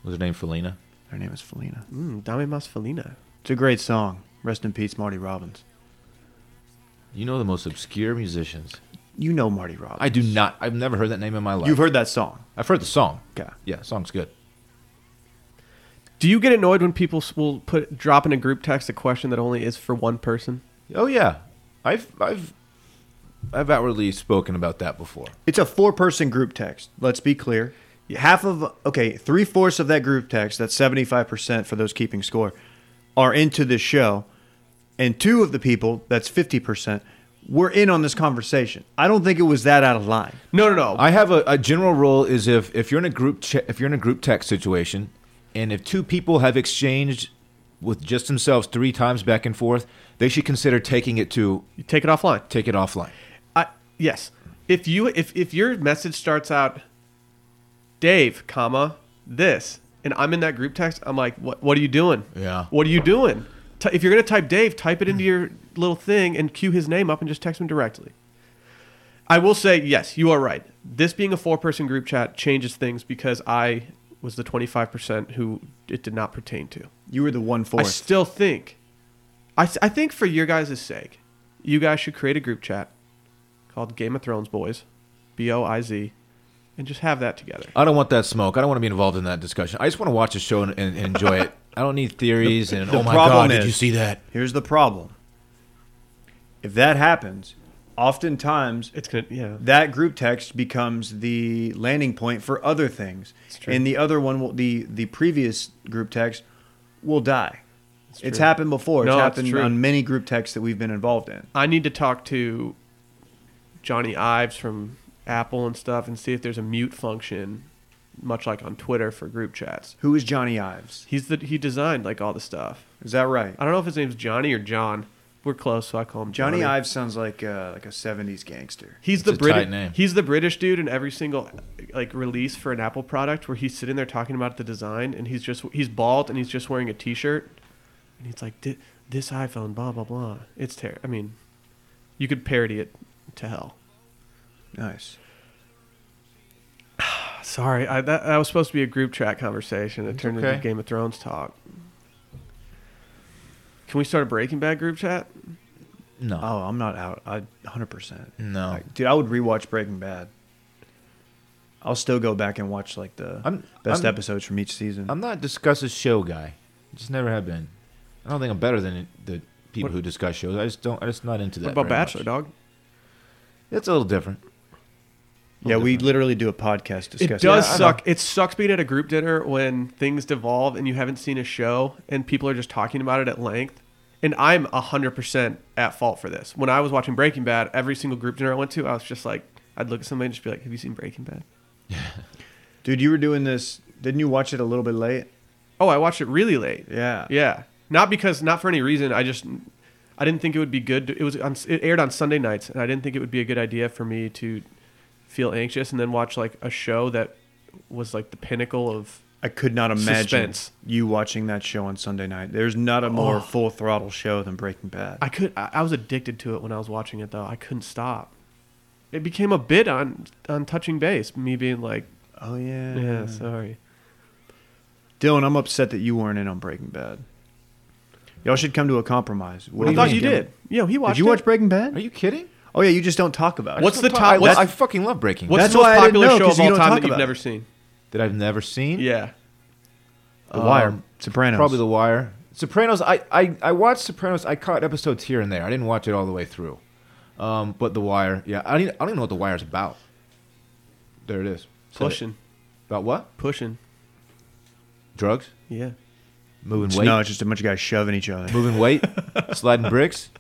Speaker 3: Was her name Felina?
Speaker 2: Her name is Felina.
Speaker 1: Mm, Dame Mas Felina.
Speaker 2: It's a great song. Rest in peace, Marty Robbins.
Speaker 3: You know the most obscure musicians.
Speaker 2: You know Marty Robbins.
Speaker 3: I do not. I've never heard that name in my life.
Speaker 2: You've heard that song.
Speaker 3: I've heard the song.
Speaker 2: Okay.
Speaker 3: Yeah, song's good.
Speaker 1: Do you get annoyed when people s- will put drop in a group text a question that only is for one person?
Speaker 3: Oh yeah, I've I've I've outwardly spoken about that before.
Speaker 2: It's a four-person group text. Let's be clear. Half of okay, three-fourths of that group text. That's seventy-five percent for those keeping score. Are into this show, and two of the people. That's fifty percent. Were in on this conversation. I don't think it was that out of line.
Speaker 1: No, no, no.
Speaker 3: I have a, a general rule is if if you're in a group che- if you're in a group text situation, and if two people have exchanged with just themselves three times back and forth, they should consider taking it to
Speaker 1: You take it offline.
Speaker 3: take it offline.
Speaker 1: I, yes. If you if if your message starts out, Dave, comma this, and I'm in that group text, I'm like, what What are you doing?
Speaker 3: Yeah.
Speaker 1: What are you doing? Ty- if you're gonna type Dave, type it into your little thing and cue his name up and just text him directly. I will say, yes, you are right. This being a four person group chat changes things because I was the 25% who it did not pertain to.
Speaker 2: You were the one fourth.
Speaker 1: I still think, I, I think for your guys' sake, you guys should create a group chat called Game of Thrones Boys, B O I Z, and just have that together.
Speaker 3: I don't want that smoke. I don't want to be involved in that discussion. I just want to watch the show and, and enjoy it. I don't need theories and
Speaker 2: the
Speaker 3: oh my
Speaker 2: problem
Speaker 3: god, did
Speaker 2: is-
Speaker 3: you see that?
Speaker 2: Here's the problem. If that happens, oftentimes
Speaker 1: It's gonna, yeah.
Speaker 2: that group text becomes the landing point for other things,
Speaker 1: true.
Speaker 2: and the other one will the the previous group text will die. It's,
Speaker 1: true.
Speaker 2: happened before.
Speaker 1: No,
Speaker 2: it's
Speaker 1: it's
Speaker 2: happened
Speaker 1: true.
Speaker 2: on many group texts that we've been involved in.
Speaker 1: I need to talk to Johnny Ives from Apple and stuff and see if there's a mute function, much like on Twitter for group chats.
Speaker 2: Who is Johnny Ives?
Speaker 1: He's the he designed like all the stuff.
Speaker 2: Is that right?
Speaker 1: I don't know if his name's Johnny or John. We're close, so I call him
Speaker 2: Johnny
Speaker 1: Johnny.
Speaker 2: Ives sounds like uh, like a '70s gangster.
Speaker 1: He's
Speaker 3: It's
Speaker 1: the
Speaker 3: a tight
Speaker 1: British.
Speaker 3: name.
Speaker 1: He's the British dude in every single like release for an Apple product where he's sitting there talking about the design and he's just he's bald and he's just wearing a T-shirt and he's like "Thi- this iPhone blah blah blah. It's terrible. I mean, you could parody it to hell.
Speaker 2: Nice.
Speaker 1: Sorry, I, that, that was supposed to be a group chat conversation. It turned
Speaker 3: okay.
Speaker 1: into Game of Thrones talk. Can we start a Breaking Bad group chat?
Speaker 3: No,
Speaker 2: Oh, I'm not out. I 100. percent
Speaker 3: No.
Speaker 2: dude, I would rewatch Breaking Bad. I'll still go back and watch like the
Speaker 3: I'm-
Speaker 2: best
Speaker 3: I'm-
Speaker 2: episodes from each season.
Speaker 3: I'm not a discuss a show guy. Just never have been. I don't think I'm better than the people
Speaker 1: What-
Speaker 3: who discuss shows. I just don't. I'm just not into that.
Speaker 1: What about
Speaker 3: very much.
Speaker 1: Bachelor, dog?
Speaker 3: It's a little different.
Speaker 2: yeah, we literally do a podcast discussing.
Speaker 1: It does
Speaker 3: Yeah, I
Speaker 1: suck. It sucks being at a group dinner when things devolve and you haven't seen a show and people are just talking about it at length. And I'm 100% at fault for this. When I was watching Breaking Bad, every single group dinner I went to, I was just like, I'd look at somebody and just be like, Have you seen Breaking Bad?
Speaker 2: dude. You were doing this. Didn't you watch it a little bit late?
Speaker 1: Oh, I watched it really late.
Speaker 2: Yeah.
Speaker 1: Yeah. Not because, not for any reason. I just, I didn't think it would be good. To, it was, on, it aired on Sunday nights, and I didn't think it would be a good idea for me to feel anxious and then watch like a show that was like the pinnacle of
Speaker 2: I could not imagine
Speaker 1: Suspense.
Speaker 2: you watching that show on Sunday night. There's not a more
Speaker 1: Oh.
Speaker 2: full throttle show than Breaking Bad.
Speaker 1: I could. I, I was addicted to it when I was watching it, though. I couldn't stop. It became a bit on on touching base. Me being like,
Speaker 2: oh yeah.
Speaker 1: yeah, sorry.
Speaker 2: Dylan, I'm upset that you weren't in on Breaking Bad. Y'all should come to a compromise. What
Speaker 1: I
Speaker 2: do
Speaker 1: thought
Speaker 2: think,
Speaker 1: you
Speaker 2: Dylan?
Speaker 1: did. Yeah, he watched.
Speaker 2: Did you
Speaker 1: it.
Speaker 2: watch Breaking Bad?
Speaker 3: Are you kidding?
Speaker 2: Oh yeah, you just don't talk about it.
Speaker 1: What's
Speaker 3: I
Speaker 1: the
Speaker 3: don't
Speaker 1: top-
Speaker 3: I,
Speaker 1: what's-
Speaker 3: I fucking love Breaking.
Speaker 1: What's
Speaker 3: Bad.
Speaker 2: That's
Speaker 1: the most
Speaker 2: why I didn't
Speaker 1: popular
Speaker 2: know,
Speaker 1: show
Speaker 2: 'cause
Speaker 1: of all
Speaker 2: you don't
Speaker 1: time
Speaker 2: talk
Speaker 1: that you've
Speaker 2: about
Speaker 1: never
Speaker 2: it. Hmm?
Speaker 1: seen?
Speaker 3: that I've never seen?
Speaker 1: Yeah,
Speaker 2: The
Speaker 3: Um,
Speaker 2: Wire, Sopranos?
Speaker 3: Probably The Wire. Sopranos. I, I I watched Sopranos. I caught episodes here and there. I didn't watch it all the way through. Um, but The Wire. Yeah, I don't, even- I don't even know what The Wire's about. There it is. Said it.
Speaker 1: pushing,
Speaker 3: About what?
Speaker 1: pushing.
Speaker 3: Drugs.
Speaker 1: Yeah,
Speaker 3: Moving
Speaker 2: It's-
Speaker 3: weight.
Speaker 2: No, it's just a bunch of guys shoving each other.
Speaker 3: Moving weight. sliding bricks.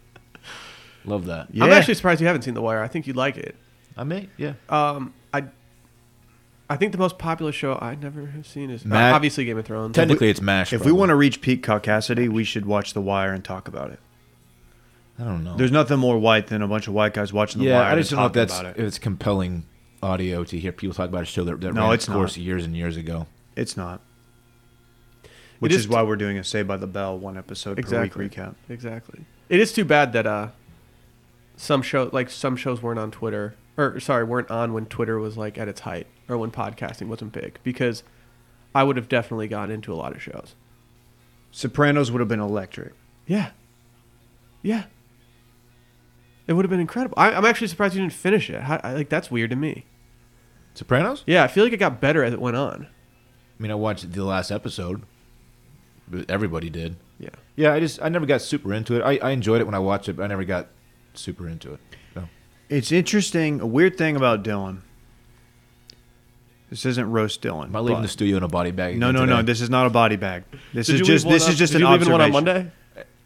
Speaker 3: Love that.
Speaker 2: Yeah.
Speaker 1: I'm actually surprised you haven't seen The Wire. I think you'd like it.
Speaker 3: I may. Yeah.
Speaker 1: Um, I. I think the most popular show I never have seen is uh,
Speaker 3: Matt-
Speaker 1: obviously Game of Thrones.
Speaker 3: Technically, it's Mash.
Speaker 2: If we want to reach peak caucasity, we should watch The Wire and talk about it.
Speaker 3: I don't know.
Speaker 2: There's nothing more white than a bunch of white guys watching The
Speaker 3: yeah,
Speaker 2: Wire.
Speaker 3: I just
Speaker 2: and
Speaker 3: don't know
Speaker 2: talking
Speaker 3: if that's
Speaker 2: about
Speaker 3: if
Speaker 2: it.
Speaker 3: it's compelling audio to hear people talk about a show that, that
Speaker 2: No,
Speaker 3: ran
Speaker 2: it's
Speaker 3: its course
Speaker 2: not.
Speaker 3: years and years ago.
Speaker 2: It's not. Which
Speaker 1: is
Speaker 2: is why we're doing a Say by the Bell one episode per
Speaker 1: Exactly.
Speaker 2: week recap.
Speaker 1: Exactly. It is too bad that uh, some show like some shows weren't on Twitter or sorry weren't on when Twitter was like at its height or when podcasting wasn't big because I would have definitely gotten into a lot of shows.
Speaker 2: Sopranos would have been electric.
Speaker 1: Yeah, yeah. It would have been incredible. I, I'm actually surprised you didn't finish it. How, I, like that's weird to me.
Speaker 3: Sopranos.
Speaker 1: Yeah, I feel like it got better as it went on.
Speaker 3: I mean, I watched the last episode. But Everybody did.
Speaker 1: Yeah.
Speaker 3: Yeah, I just I never got super into it. I, I enjoyed it when I watched it, but I never got super into it. No.
Speaker 2: It's interesting. A weird thing about Dylan. This isn't roast Dylan.
Speaker 3: Am I leaving
Speaker 2: but-
Speaker 3: the studio in a body bag?
Speaker 2: No,
Speaker 3: again
Speaker 2: no, no.
Speaker 3: today?
Speaker 2: This is not a body bag. This
Speaker 1: Did
Speaker 2: is
Speaker 1: you
Speaker 2: just.
Speaker 1: leave one
Speaker 2: This
Speaker 1: on-
Speaker 2: is just
Speaker 1: did
Speaker 2: an
Speaker 1: you leave in
Speaker 2: observation.
Speaker 1: one on Monday.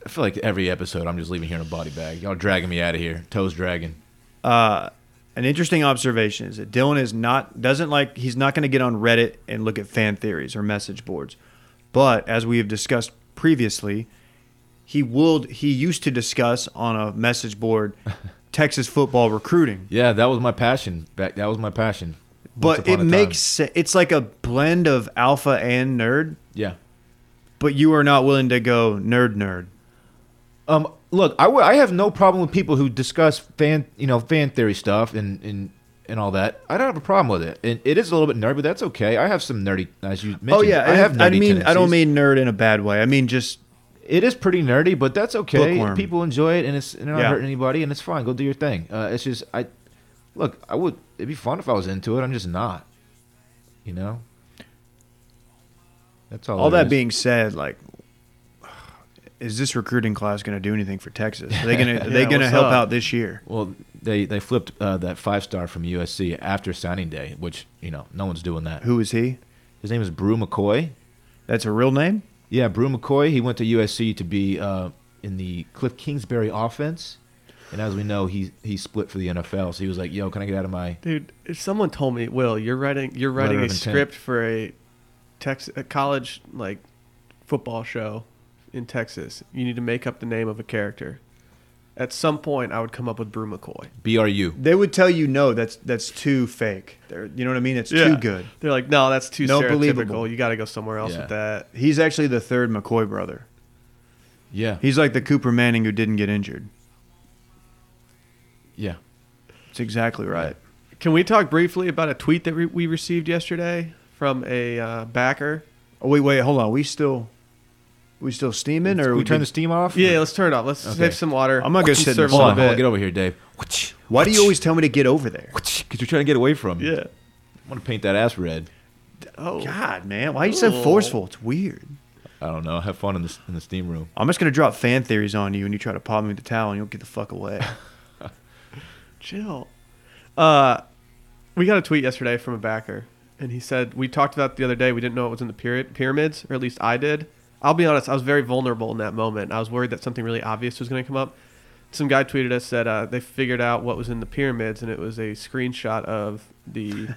Speaker 3: I feel like every episode I'm just leaving here in a body bag. Y'all dragging me out of here, toes dragging.
Speaker 2: Uh, an interesting observation is that Dylan is not doesn't like he's not going to get on Reddit and look at fan theories or message boards, but as we have discussed previously, he would he used to discuss on a message board Texas football recruiting.
Speaker 3: Yeah, that was my passion. That that was my passion. Once
Speaker 2: But
Speaker 3: upon
Speaker 2: it
Speaker 3: a time.
Speaker 2: makes se- it's like a blend of alpha and nerd,
Speaker 3: Yeah.
Speaker 2: but you are not willing to go nerd nerd.
Speaker 3: Um, look, I w- I have no problem with people who discuss fan, you know, fan theory stuff and, and and all that. I don't have a problem with it. And it is a little bit nerdy, but that's okay. I have some nerdy, as you mentioned.
Speaker 2: oh yeah,
Speaker 3: I have. Nerdy
Speaker 2: I mean, I
Speaker 3: tendencies.
Speaker 2: don't mean nerd in a bad way. I mean just
Speaker 3: it is pretty nerdy, but that's okay.
Speaker 2: Bookworm.
Speaker 3: People enjoy it, and it's and they're not
Speaker 2: Yeah.
Speaker 3: hurting anybody, and it's fine. Go do your thing. Uh, it's just I look. I would. It'd be fun if I was into it. I'm just not. You know. That's all.
Speaker 2: all
Speaker 3: it
Speaker 2: that
Speaker 3: is.
Speaker 2: being said, like, is this recruiting class going to do anything for Texas? Are they going to are they
Speaker 1: Yeah,
Speaker 2: going to
Speaker 1: what's
Speaker 2: help
Speaker 1: up?
Speaker 2: out this year?
Speaker 3: Well, they they flipped uh, that five star from USC after signing day, which you know no one's doing that.
Speaker 2: Who is he?
Speaker 3: His name is Brew McCoy.
Speaker 2: That's a real name.
Speaker 3: Yeah, Brew McCoy. He went to USC to be uh, in the Cliff Kingsbury offense, and as we know, he he split for the NFL. So he was like, "Yo, can I get out of my?"
Speaker 1: Dude, if someone told me, Will, you're writing you're
Speaker 3: Letter
Speaker 1: writing
Speaker 3: of
Speaker 1: a
Speaker 3: intent.
Speaker 1: script for a Tex a college like football show in Texas, you need to make up the name of a character. At some point, I would come up with Brew McCoy.
Speaker 3: BRU.
Speaker 2: They would tell you no. That's that's too fake. They're, you know what I mean? It's too good.
Speaker 1: They're like, no, that's too
Speaker 2: No,
Speaker 1: stereotypical.
Speaker 2: believable.
Speaker 1: You got to go somewhere else
Speaker 3: Yeah.
Speaker 1: with that.
Speaker 2: He's actually the third McCoy brother.
Speaker 3: Yeah,
Speaker 2: He's like the Cooper Manning who didn't get injured.
Speaker 3: yeah.
Speaker 2: It's exactly right.
Speaker 1: Can we talk briefly about a tweet that re- we received yesterday from a uh, backer?
Speaker 2: Oh wait, wait, hold on. We still we still steaming or
Speaker 3: we turn
Speaker 2: did-
Speaker 3: the steam off.
Speaker 1: Yeah, let's turn it off. Let's
Speaker 3: Okay.
Speaker 1: save some water.
Speaker 2: I'm not gonna sit in
Speaker 1: Serve
Speaker 2: the
Speaker 1: a
Speaker 3: Hold
Speaker 1: little
Speaker 3: on, hold on,
Speaker 1: bit.
Speaker 3: get over here, Dave.
Speaker 2: Why do you always tell me to get over there?
Speaker 3: Because you're trying to get away from. me.
Speaker 1: Yeah.
Speaker 3: I want to paint that ass red.
Speaker 1: Oh.
Speaker 2: God, man, why are you so
Speaker 1: Ooh.
Speaker 2: forceful? It's weird.
Speaker 3: I don't know. Have fun in the in the steam room.
Speaker 2: I'm just gonna drop fan theories on you, and you try to pop me with the towel, and you'll get the fuck away.
Speaker 1: chill. Uh, we got a tweet yesterday from a backer, and he said we talked about it the other day. We didn't know it was in the pyra- pyramids, or at least I did. I'll be honest, I was very vulnerable in that moment. I was worried that something really obvious was going to come up. Some guy tweeted us that uh, they figured out what was in the pyramids, and it was a screenshot of the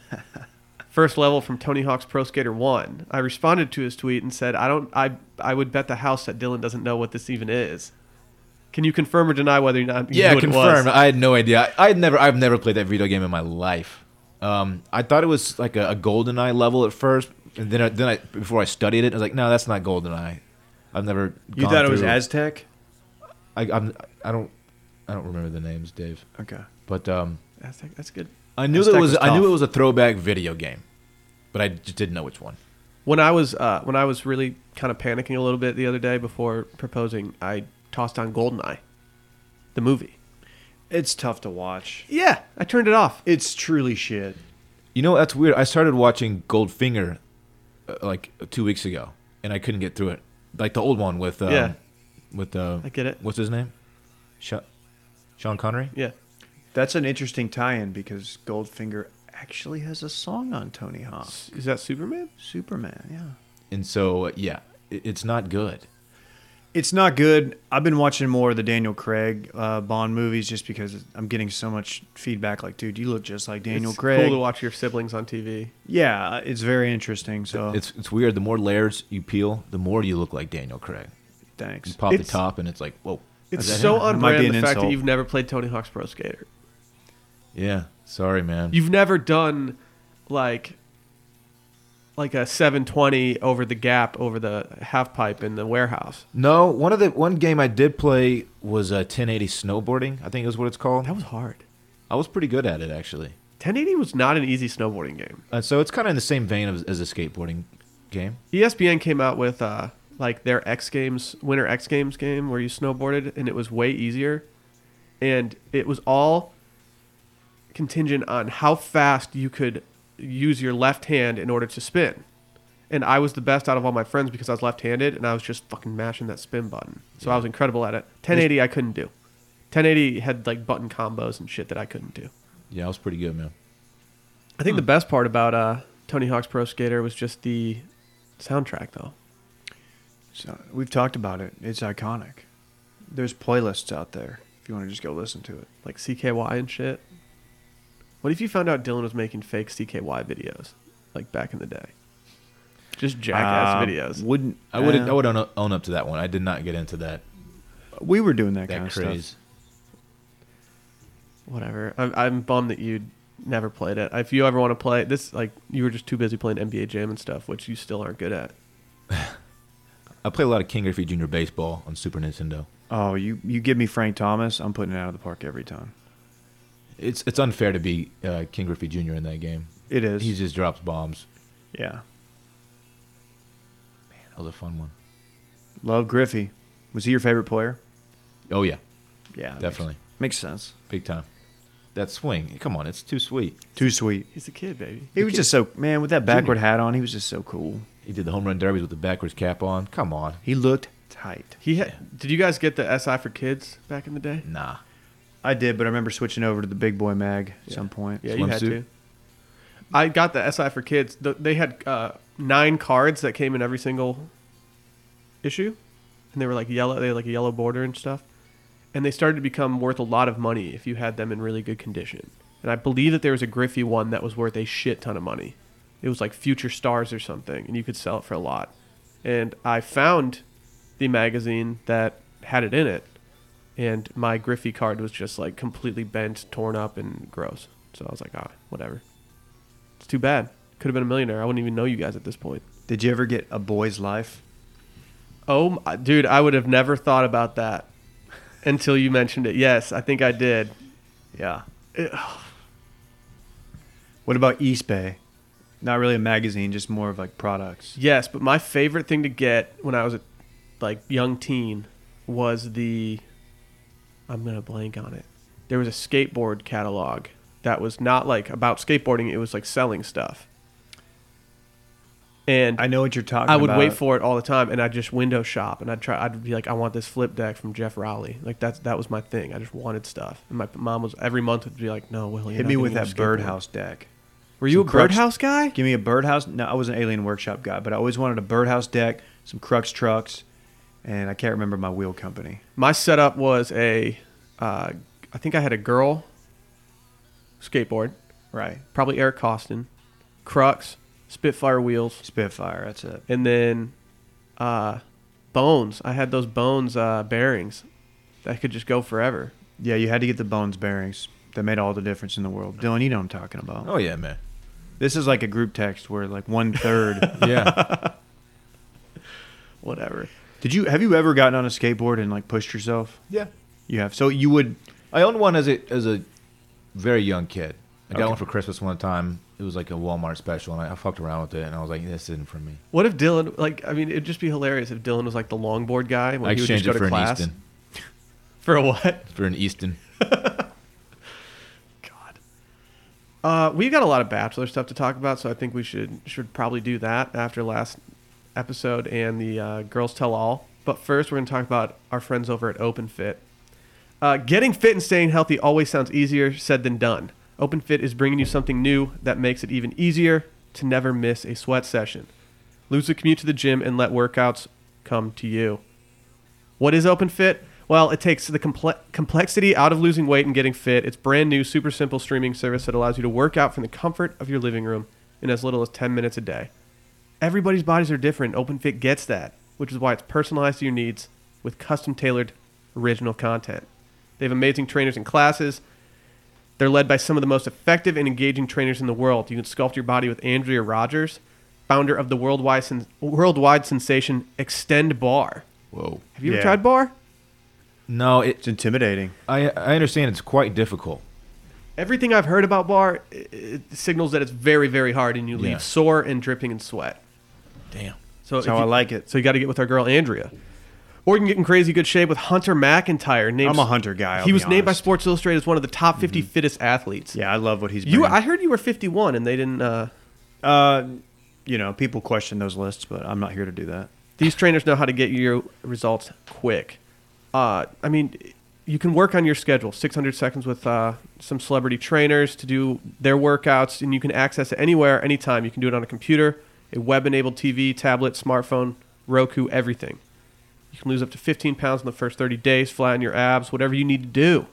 Speaker 1: first level from Tony Hawk's Pro Skater One. I responded to his tweet and said, "I don't. I I would bet the house that Dylan doesn't know what this even is. Can you confirm or deny whether or not you
Speaker 3: yeah,
Speaker 1: knew what it was?"
Speaker 3: confirmed. I had no idea. I, I had never. I've never played that video game in my life. Um, I thought it was like a, a GoldenEye level at first, and then I, then I before I studied it, I was like, no, that's not GoldenEye. I've never.
Speaker 2: You
Speaker 3: gone
Speaker 2: thought it was
Speaker 3: through-
Speaker 2: Aztec?
Speaker 3: I, I'm, I don't. I don't remember the names, Dave.
Speaker 2: Okay.
Speaker 3: But um,
Speaker 1: That's, that's good.
Speaker 3: I knew
Speaker 2: Aztec
Speaker 3: that it was.
Speaker 2: was
Speaker 3: I knew
Speaker 2: tough.
Speaker 3: it was a throwback video game, but I just didn't know which one.
Speaker 1: When I was uh, when I was really kind of panicking a little bit the other day before proposing, I tossed on Goldeneye, the movie.
Speaker 2: It's tough to watch.
Speaker 1: Yeah, I turned it off.
Speaker 2: It's truly shit.
Speaker 3: You know, that's weird. I started watching Goldfinger uh, like two weeks ago, and I couldn't get through it. Like the old one with, uh,
Speaker 1: Yeah.
Speaker 3: with uh,
Speaker 1: I get it.
Speaker 3: What's his name? Sha- Sean Connery.
Speaker 1: Yeah,
Speaker 2: That's an interesting tie-in because Goldfinger actually has a song on Tony Hawk.
Speaker 1: S- is that Superman?
Speaker 2: Superman, yeah.
Speaker 3: And so, uh, yeah, it, it's not good.
Speaker 2: It's not good. I've been watching more of the Daniel Craig uh, Bond movies just because I'm getting so much feedback. Like, dude, you look just like Daniel
Speaker 1: it's
Speaker 2: Craig.
Speaker 1: Cool to watch your siblings on TV.
Speaker 2: Yeah, it's very interesting. So
Speaker 3: It's it's weird. The more layers you peel, the more you look like Daniel Craig. You
Speaker 2: thanks.
Speaker 3: pop the
Speaker 1: It's-
Speaker 3: top, and it's like, whoa.
Speaker 1: It's
Speaker 3: is that
Speaker 1: so
Speaker 3: him?
Speaker 1: on
Speaker 2: It might be
Speaker 1: brand the
Speaker 2: an
Speaker 1: fact that
Speaker 2: insult.
Speaker 1: you've never played Tony Hawk's Pro Skater.
Speaker 3: Yeah. Sorry, man.
Speaker 1: You've never done like like a 720 over the gap over the half pipe in the warehouse.
Speaker 3: no, one of the one game I did play was uh, 1080 snowboarding. I think is what it's called.
Speaker 1: That was hard.
Speaker 3: I was pretty good at it actually.
Speaker 1: 1080 was not an easy snowboarding game.
Speaker 3: Uh, so it's kind of in the same vein of, as a skateboarding game.
Speaker 1: ESPN came out with uh, like their X Games Winter X Games game where you snowboarded and it was way easier, and it was all contingent on how fast you could use your left hand in order to spin. And I was the best out of all my friends because I was left-handed and I was just fucking mashing that spin button. So I was incredible at it. 1080 I couldn't do. 1080 had like button combos and shit that I couldn't do.
Speaker 3: Yeah, I was pretty good, man.
Speaker 1: I think the best part about uh, Tony Hawk's Pro Skater was just the soundtrack though.
Speaker 2: So we've talked about it. It's iconic. There's playlists out there if you want to just go listen to it.
Speaker 1: like CKY and shit. What if you found out Dylan was making fake CKY videos, like back in the day? Just jackass
Speaker 2: Uh,
Speaker 1: videos.
Speaker 2: Wouldn't
Speaker 3: I wouldn't.
Speaker 2: uh,
Speaker 3: I would own, own up to that one. I did not get into that
Speaker 2: We were doing that,
Speaker 3: that
Speaker 2: kind of
Speaker 3: craze.
Speaker 2: stuff.
Speaker 1: Whatever. I'm, I'm bummed that you Never played it. If you ever want to play this, like you were just too busy playing NBA Jam and stuff, which you still aren't good at.
Speaker 3: I play a lot of King Griffey Jr. baseball on Super Nintendo.
Speaker 2: Oh, you you give me Frank Thomas, I'm putting it out of the park every time.
Speaker 3: It's it's unfair to be uh, King Griffey Jr. in that game.
Speaker 2: It is.
Speaker 3: He just drops bombs.
Speaker 2: yeah.
Speaker 3: Man, that was a fun one.
Speaker 2: Love Griffey. Was he your favorite player?
Speaker 3: Oh yeah,
Speaker 2: Yeah, that
Speaker 3: definitely,
Speaker 2: makes, makes sense.
Speaker 3: big time. That swing, come on, it's too sweet.
Speaker 2: Too sweet.
Speaker 1: He's a kid, baby.
Speaker 2: He was just so man with that backward hat on. He was just so cool.
Speaker 3: He did the home run derbies with the backwards cap on. Come on,
Speaker 2: He looked tight.
Speaker 1: He had, did you guys get the SI for kids back in the day?
Speaker 3: nah.
Speaker 2: I did, but I remember switching over to the big boy mag at some point.
Speaker 1: Yeah, you had
Speaker 3: Swimsuit?
Speaker 1: to. I got the SI for kids. The, they had uh, nine cards that came in every single issue, and they were like yellow. They had like a yellow border and stuff, and they started to become worth a lot of money if you had them in really good condition. And I believe that there was a Griffey one that was worth a shit ton of money. It was like Future Stars or something, and you could sell it for a lot. And I found the magazine that had it in it, and my Griffey card was just like completely bent, torn up, and gross. So I was like, ah, whatever. It's too bad. Could have been a millionaire. I wouldn't even know you guys at this point.
Speaker 2: Did you ever get a boy's life?
Speaker 1: Oh, my, dude, I would have never thought about that until you mentioned it. Yes, I think I did.
Speaker 2: Yeah.
Speaker 1: It-
Speaker 2: What about East Bay? Not really a magazine, just more of like products.
Speaker 1: Yes, but my favorite thing to get when I was a like young teen was the I'm gonna blank on it. There was a skateboard catalog that was not like about skateboarding, it was like selling stuff. And
Speaker 2: I know what you're talking
Speaker 1: I would
Speaker 2: about.
Speaker 1: wait for it all the time, and I'd just window shop, and I'd try. I'd be like, I want this flip deck from Jeff Rowley. Like that's that was my thing. I just wanted stuff, and my mom was every month would be like, No, Willie,
Speaker 2: Hit me with that birdhouse deck.
Speaker 1: Were you
Speaker 2: Some
Speaker 1: a
Speaker 2: crutch-
Speaker 1: birdhouse guy?
Speaker 2: Give me a birdhouse. No, I was an alien workshop guy, but I always wanted a birdhouse deck, some crux trucks, and I can't remember my wheel company.
Speaker 1: My setup was a, uh, I think I had a girl skateboard,
Speaker 2: Right.
Speaker 1: probably Eric Costin, Crux, Spitfire wheels,
Speaker 2: Spitfire, that's it.
Speaker 1: and then uh, bones. I had those bones uh, bearings that could just go forever.
Speaker 2: Yeah, you had to get the bones bearings. That made all the difference in the world. Dylan, you know what I'm talking about.
Speaker 3: Oh yeah, man.
Speaker 2: This is like a group text where like one third.
Speaker 3: Yeah,
Speaker 1: Whatever.
Speaker 2: Did you have you ever gotten on a skateboard and like pushed yourself?
Speaker 3: yeah.
Speaker 2: You have. So you would.
Speaker 3: I owned one as a as a very young kid. I got
Speaker 2: Okay.
Speaker 3: one for Christmas one time. It was like a Walmart special, and I, I fucked around with it, and I was like, "This isn't for me."
Speaker 1: What if Dylan? Like, I mean, it'd just be hilarious if Dylan was like the longboard guy when
Speaker 3: I
Speaker 1: he would just
Speaker 3: exchanged
Speaker 1: go
Speaker 3: it
Speaker 1: to
Speaker 3: for an
Speaker 1: class
Speaker 3: Easton.
Speaker 1: for a what?
Speaker 3: For an Easton.
Speaker 1: God. Uh, we've got a lot of bachelor stuff to talk about, so I think we should should probably do that after last episode and the uh, girls tell all. But first, we're going to talk about our friends over at Open Fit. Uh, getting fit and staying healthy always sounds easier said than done. Open Fit is bringing you something new that makes it even easier to never miss a sweat session. Lose the commute to the gym and let workouts come to you. What is OpenFit? Well, it takes the comple- complexity out of losing weight and getting fit. It's brand new, super simple streaming service that allows you to work out from the comfort of your living room in as little as 10 minutes a day. Everybody's bodies are different. OpenFit gets that, which is why it's personalized to your needs with custom tailored original content. They have amazing trainers and classes. They're led by some of the most effective and engaging trainers in the world. You can sculpt your body with Andrea Rogers, founder of the worldwide, sen- worldwide sensation Extend Bar.
Speaker 3: Whoa.
Speaker 1: Have you ever
Speaker 2: Yeah.
Speaker 1: tried bar?
Speaker 3: No, it.
Speaker 2: It's intimidating.
Speaker 3: I I understand it's quite difficult.
Speaker 1: Everything I've heard about bar it, it signals that it's very, very hard, and you leave
Speaker 3: Yeah.
Speaker 1: sore and dripping in sweat.
Speaker 3: Damn.
Speaker 1: So
Speaker 2: That's
Speaker 1: if
Speaker 2: how I
Speaker 1: you-
Speaker 2: like it.
Speaker 1: So you got to get with our girl Andrea, or you can get in crazy good shape with Hunter McIntyre. Named,
Speaker 2: I'm a Hunter guy, I'll
Speaker 1: he was
Speaker 2: be
Speaker 1: named by
Speaker 2: honest. Mm-hmm.
Speaker 1: Sports Illustrated as one of the top 50 fittest athletes.
Speaker 2: Yeah, I love what he's.
Speaker 1: you.
Speaker 2: bringing.
Speaker 1: I heard you were 51, and they didn't. Uh,
Speaker 2: Uh, you know, people question those lists, but I'm not here to do that.
Speaker 1: These trainers know how to get you your results quick. Uh, I mean, you can work on your schedule. 600 seconds with uh, some celebrity trainers to do their workouts, and you can access it anywhere, anytime. You can do it on a computer, a web-enabled TV, tablet, smartphone, Roku, everything. You can lose up to 15 pounds in the first 30 days, flatten your abs, whatever you need to do.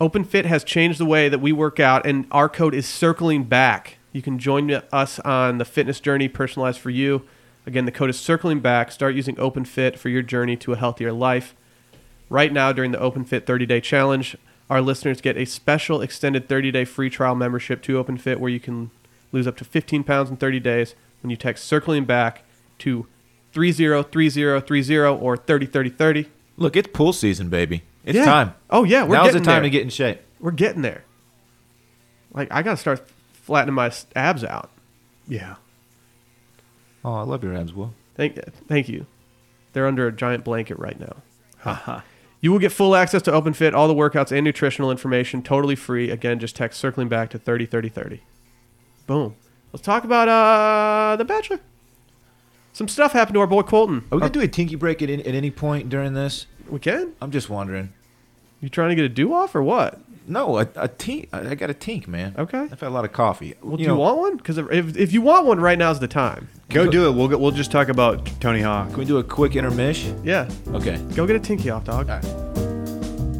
Speaker 1: OpenFit has changed the way that we work out, and our code is circling back. You can join us on the fitness journey personalized for you. Again, the code is circling back. Start using OpenFit for your journey to a healthier life. Right now, during the OpenFit 30 Day Challenge, our listeners get a special extended 30 day free trial membership to OpenFit where you can lose up to 15 pounds in 30 days when you text circling back to 303030 or 303030.
Speaker 3: Look, it's pool season, baby. It's
Speaker 1: Yeah.
Speaker 3: time.
Speaker 1: Oh, yeah, we're
Speaker 3: Now's the
Speaker 1: getting
Speaker 3: time
Speaker 1: there.
Speaker 3: to get in shape.
Speaker 1: We're getting there. Like, I got to start flattening my s- abs out.
Speaker 2: Yeah.
Speaker 3: Oh, I love your abs, Will.
Speaker 1: Thank, thank you. They're under a giant blanket right now. You will get full access to OpenFit, all the workouts and nutritional information totally free. Again, just text circling back to 303030. Boom. Let's talk about uh, The Bachelor. Some stuff happened to our boy Colton.
Speaker 3: Are we gonna do a tinky break at, any- at any point during this?
Speaker 1: We can?
Speaker 3: I'm just wondering.
Speaker 1: You trying to get a do off or what?
Speaker 3: No, a, a tink. I I got a tink, man.
Speaker 1: Okay.
Speaker 3: I've had a lot of coffee.
Speaker 1: Well, do
Speaker 3: know,
Speaker 1: you want one? Because if, if you want one, right now is the time.
Speaker 2: Go do it. We'll go, we'll just talk about Tony Hawk.
Speaker 3: Can we do a quick intermission?
Speaker 1: Yeah.
Speaker 3: Okay.
Speaker 1: Go get a tinky off, dog.
Speaker 3: All right.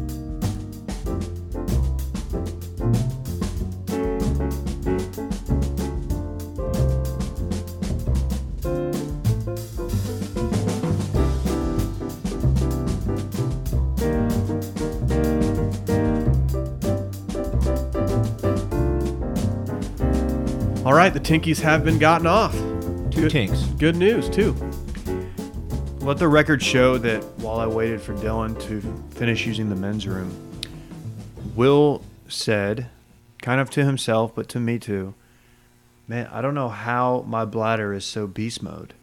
Speaker 1: All right, the tinkies have been gotten off.
Speaker 3: Two
Speaker 1: Good-
Speaker 3: tinks.
Speaker 1: Good news, too.
Speaker 2: Let the record show that while I waited for Dylan to finish using the men's room, Will said, kind of to himself, but to me too, man, I don't know how my bladder is so beast mode.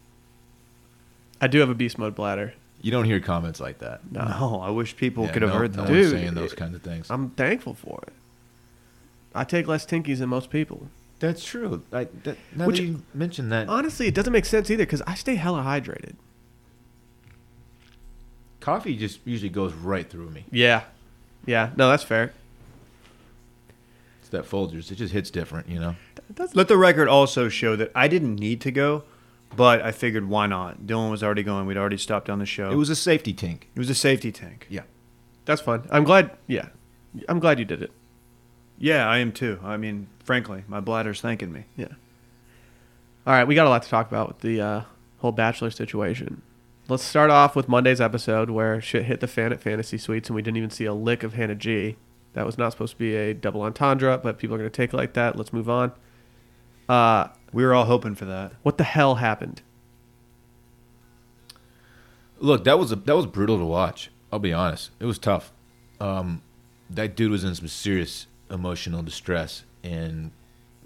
Speaker 1: I do have a beast mode bladder.
Speaker 3: You don't hear comments like that.
Speaker 1: No.
Speaker 2: No, I wish people
Speaker 3: Yeah,
Speaker 2: could have
Speaker 3: no-
Speaker 2: heard
Speaker 3: no
Speaker 2: that.
Speaker 3: one's
Speaker 1: Dude,
Speaker 3: saying those
Speaker 1: it-
Speaker 3: kinds of things.
Speaker 1: I'm thankful for it. I take less tinkies than most people.
Speaker 3: That's true. I, that, now
Speaker 1: Which-
Speaker 3: that you mentioned that,
Speaker 1: Honestly, it doesn't make sense either because I stay hella hydrated.
Speaker 3: coffee just usually goes right through me.
Speaker 1: Yeah. Yeah. No, that's fair.
Speaker 3: It's that Folgers. It just hits different, you know.
Speaker 1: That's,
Speaker 2: Let the record also show that I didn't need to go, but I figured why not? Dylan was already going. We'd already stopped on the show.
Speaker 3: It was a safety tink.
Speaker 2: it was a safety tank.
Speaker 3: Yeah.
Speaker 1: that's fun. I'm glad. Yeah. I'm glad you did it.
Speaker 2: Yeah, I am too. I mean, frankly, my bladder's thanking me.
Speaker 1: Yeah. All right. We got a lot to talk about with the uh, whole Bachelor situation. Let's start off with Monday's episode where shit hit the fan at Fantasy Suites and we didn't even see a lick of Hannah G. That was not supposed to be a double entendre, but people are going to take it like that. Let's move on. Uh,
Speaker 2: We were all hoping for that.
Speaker 1: what the hell happened?
Speaker 3: Look, that was a, that was brutal to watch. I'll be honest. It was tough. Um, that dude was in some serious emotional distress, and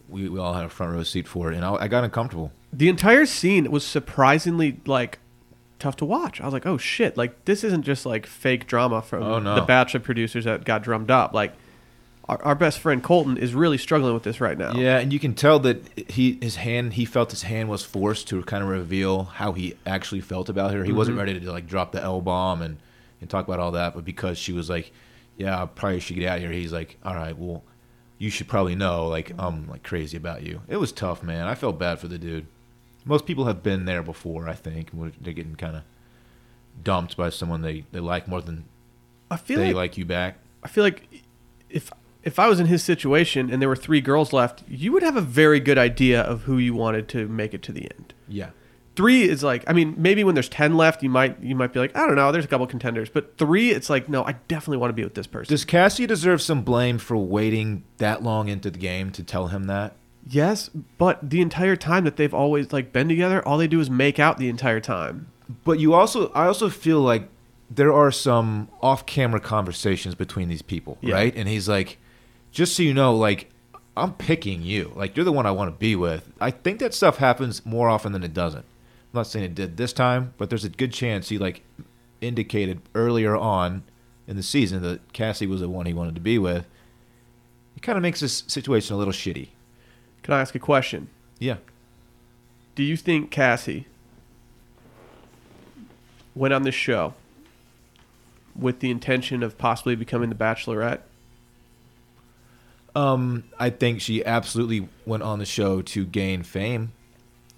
Speaker 3: we, we all had a front row seat for it. And I, I got uncomfortable.
Speaker 1: the entire scene was surprisingly like tough to watch. I was like, oh shit, like this isn't just like fake drama from
Speaker 3: Oh, no.
Speaker 1: the Bachelor producers that got drummed up. Like our, our best friend Colton is really struggling with this right now.
Speaker 3: Yeah, and you can tell that he his hand he felt his hand was forced to kind of reveal how he actually felt about her. He wasn't
Speaker 1: Mm-hmm.
Speaker 3: ready to like drop the L bomb and and talk about all that, but because she was like, "Yeah, I probably should get out of here," he's like, "All right, well, you should probably know like I'm like crazy about you." It was tough, man. I felt bad for the dude. Most people have been there before, I think. when They're getting kind of dumped by someone they, they like more than
Speaker 1: I feel
Speaker 3: they
Speaker 1: like,
Speaker 3: like you back.
Speaker 1: I feel like if if I was in his situation and there were three girls left, you would have a very good idea of who you wanted to make it to the end.
Speaker 3: Yeah.
Speaker 1: Three is like, I mean, maybe when there's ten left, you might you might be like, I don't know, there's a couple contenders, but three, it's like, no, I definitely want to be with this person.
Speaker 3: Does Cassie deserve some blame for waiting that long into the game to tell him that?
Speaker 1: Yes, but the entire time that they've always like been together, all they do is make out the entire time.
Speaker 3: But you also, I also feel like there are some off-camera conversations between these people,
Speaker 1: Yeah.
Speaker 3: right? And he's like, "Just so you know, like, I'm picking you. Like, you're the one I want to be with." I think that stuff happens more often than it doesn't. I'm not saying it did this time, but there's a good chance he like indicated earlier on in the season that Cassie was the one he wanted to be with. It kind of makes this situation a little shitty.
Speaker 1: Can I ask a question?
Speaker 3: Yeah.
Speaker 1: Do you think Cassie went on this show with the intention of possibly becoming the bachelorette?
Speaker 3: Um, I think she absolutely went on the show to gain fame.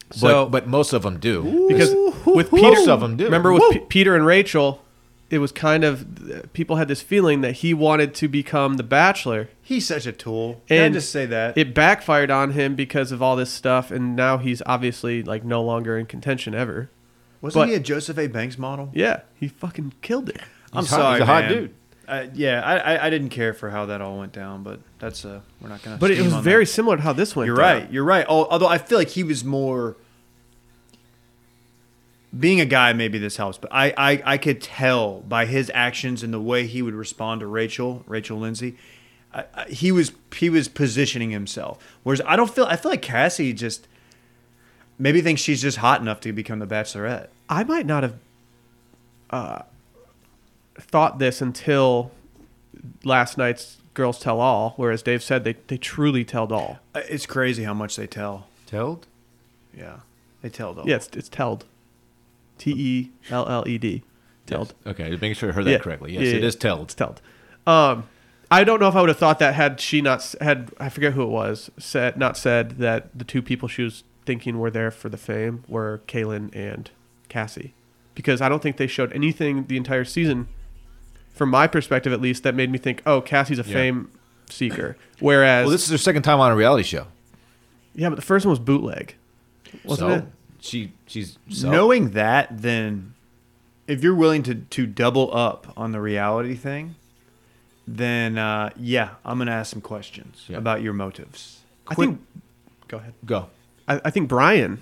Speaker 3: But,
Speaker 1: So-
Speaker 3: but most of them do.
Speaker 1: Because with
Speaker 3: Most
Speaker 1: Peter,
Speaker 3: of 'em do.
Speaker 1: remember with
Speaker 3: Woo.
Speaker 1: P- Peter and Rachel, it was kind of people had this feeling that he wanted to become the bachelor.
Speaker 2: He's such a tool. Can
Speaker 1: And
Speaker 2: I just say that?
Speaker 1: It backfired on him because of all this stuff, and now he's obviously like no longer in contention ever.
Speaker 2: Wasn't
Speaker 1: but-
Speaker 2: he a Joseph A. Banks model?
Speaker 1: Yeah, he fucking killed it.
Speaker 2: I'm
Speaker 3: He's hot- he's a hot dude.
Speaker 2: I, yeah, I, I I didn't care for how that all went down, but that's uh we're not gonna.
Speaker 1: But it
Speaker 2: steam
Speaker 1: was
Speaker 2: on that.
Speaker 1: very similar to how this went.
Speaker 2: You're
Speaker 1: down.
Speaker 2: right. You're right. Al- Although I feel like he was more. Being a guy, maybe this helps, but I, I, I could tell by his actions and the way he would respond to Rachel, Rachel Lindsay, I, I, he was he was positioning himself. Whereas I don't feel I feel like Cassie just maybe thinks she's just hot enough to become the Bachelorette.
Speaker 1: I might not have uh, thought this until last night's Girls Tell All, whereas Dave said they, they truly telled all.
Speaker 2: Uh, It's crazy how much they tell.
Speaker 3: Telled?
Speaker 2: Yeah, they tell though.
Speaker 1: Yeah, it's, it's telled. T E L L E D. Telled.
Speaker 3: Okay, just making sure I heard that
Speaker 1: Yeah.
Speaker 3: correctly. Yes,
Speaker 1: Yeah,
Speaker 3: it
Speaker 1: yeah.
Speaker 3: is telled.
Speaker 1: It's telled. Um, I don't know if I would have thought that had she not s- had I forget who it was said not said that the two people she was thinking were there for the fame were Kaylin and Cassie, because I don't think they showed anything the entire season, from my perspective at least, that made me think, oh, Cassie's a
Speaker 3: Yeah.
Speaker 1: fame seeker. Whereas,
Speaker 3: Well, this is her second time on a reality show.
Speaker 1: yeah, but the first one was bootleg, wasn't
Speaker 3: so
Speaker 1: it?
Speaker 3: she she's so,
Speaker 2: Knowing that, then if you're willing to, to double up on the reality thing, then uh, yeah, I'm gonna ask some questions
Speaker 3: Yeah.
Speaker 2: about your motives.
Speaker 1: I
Speaker 2: Quick-
Speaker 1: think. Go ahead.
Speaker 3: go.
Speaker 1: I, I think Brian,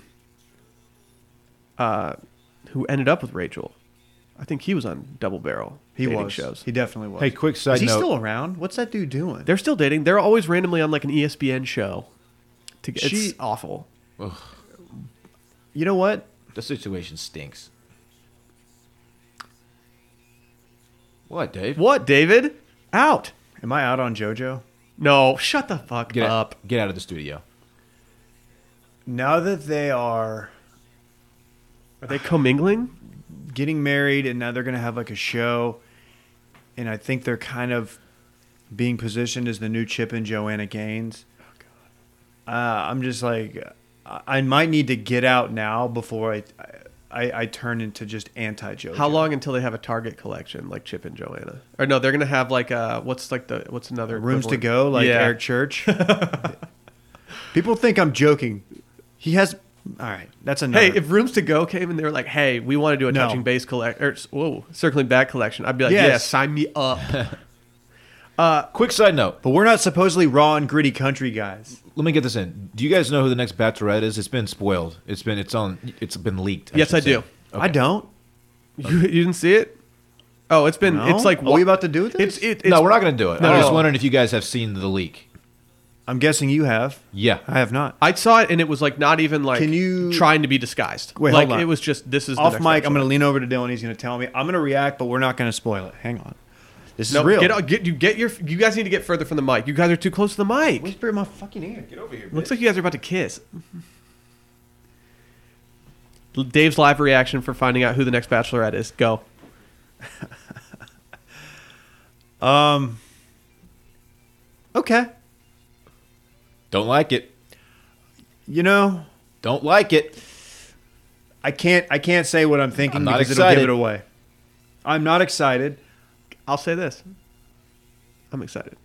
Speaker 1: uh, who ended up with Rachel, I think he was on Double Barrel.
Speaker 2: he
Speaker 1: dating
Speaker 2: was.
Speaker 1: shows.
Speaker 2: He definitely was.
Speaker 3: Hey, quick side
Speaker 2: Is he
Speaker 3: note.
Speaker 2: still around? What's that dude doing?
Speaker 1: They're still dating. They're always randomly on like an E ESPN show. To get,
Speaker 2: She-
Speaker 1: it's awful.
Speaker 2: You know what?
Speaker 3: the situation stinks. What, Dave?
Speaker 1: What, David? Out.
Speaker 2: Am I out on JoJo?
Speaker 1: No, shut the fuck
Speaker 3: Get
Speaker 1: up.
Speaker 3: Out, get out of the studio.
Speaker 2: Now that they are
Speaker 1: Are they commingling?
Speaker 2: getting married and now they're going to have like a show and i think they're kind of being positioned as the new chip and joanna gaines
Speaker 1: Oh,
Speaker 2: uh, i'm just like I, I might need to get out now before i i, I turn into just anti joe
Speaker 1: How long until they have a Target collection like Chip and Joanna? Or no, they're gonna have like uh what's like the what's another
Speaker 2: rooms to
Speaker 1: equivalent?
Speaker 2: go like
Speaker 1: Yeah.
Speaker 2: eric church people think i'm joking he has all right that's enough
Speaker 1: Hey, if Rooms to Go came and they were like, "Hey, we want to do a
Speaker 2: No.
Speaker 1: touching base collect or whoa, circling back collection," I'd be like,
Speaker 2: Yes.
Speaker 1: "Yeah, sign me up."
Speaker 3: Quick side note.
Speaker 2: but we're not supposedly raw and gritty country guys
Speaker 3: Let me get this in. Do you guys know who the next Bachelorette is? It's been spoiled. It's been it's on. It's been leaked.
Speaker 1: Yes,
Speaker 3: should
Speaker 1: I
Speaker 3: say.
Speaker 1: do.
Speaker 2: i
Speaker 3: Okay.
Speaker 2: don't
Speaker 1: You, you didn't see it? Oh, it's been.
Speaker 2: No?
Speaker 1: It's like
Speaker 2: Are we about to do
Speaker 1: It's
Speaker 2: this?
Speaker 1: it, it's
Speaker 3: no, we're not going to do it.
Speaker 1: No.
Speaker 3: I'm just wondering if you guys have seen the leak.
Speaker 2: i'm guessing you have
Speaker 3: Yeah.
Speaker 2: i have not
Speaker 1: I saw it and it was like not even like
Speaker 2: Can you-
Speaker 1: trying to be disguised.
Speaker 2: Wait,
Speaker 1: like
Speaker 2: hold on.
Speaker 1: it was just this is the
Speaker 2: off
Speaker 1: next
Speaker 2: mic. I'm
Speaker 1: episode.
Speaker 2: going to lean over to Dylan. He's going to tell me. I'm going to react, but we're not going to spoil it. Hang on. This is
Speaker 1: No,
Speaker 2: real.
Speaker 1: Get, get you get your you guys need to get further from the mic. You guys are too close to the mic.
Speaker 2: Whisper in my fucking ear. Get over here.
Speaker 1: Looks like you guys are about to kiss. Dave's live reaction for finding out who the next bachelorette is. Go.
Speaker 2: Um. Okay.
Speaker 3: Don't like it.
Speaker 2: You know,
Speaker 3: Don't like it.
Speaker 2: I can't. I can't say what I'm thinking
Speaker 3: I'm not
Speaker 2: because
Speaker 3: excited.
Speaker 2: it'll give it away. I'm not excited.
Speaker 1: I'll say this. I'm excited.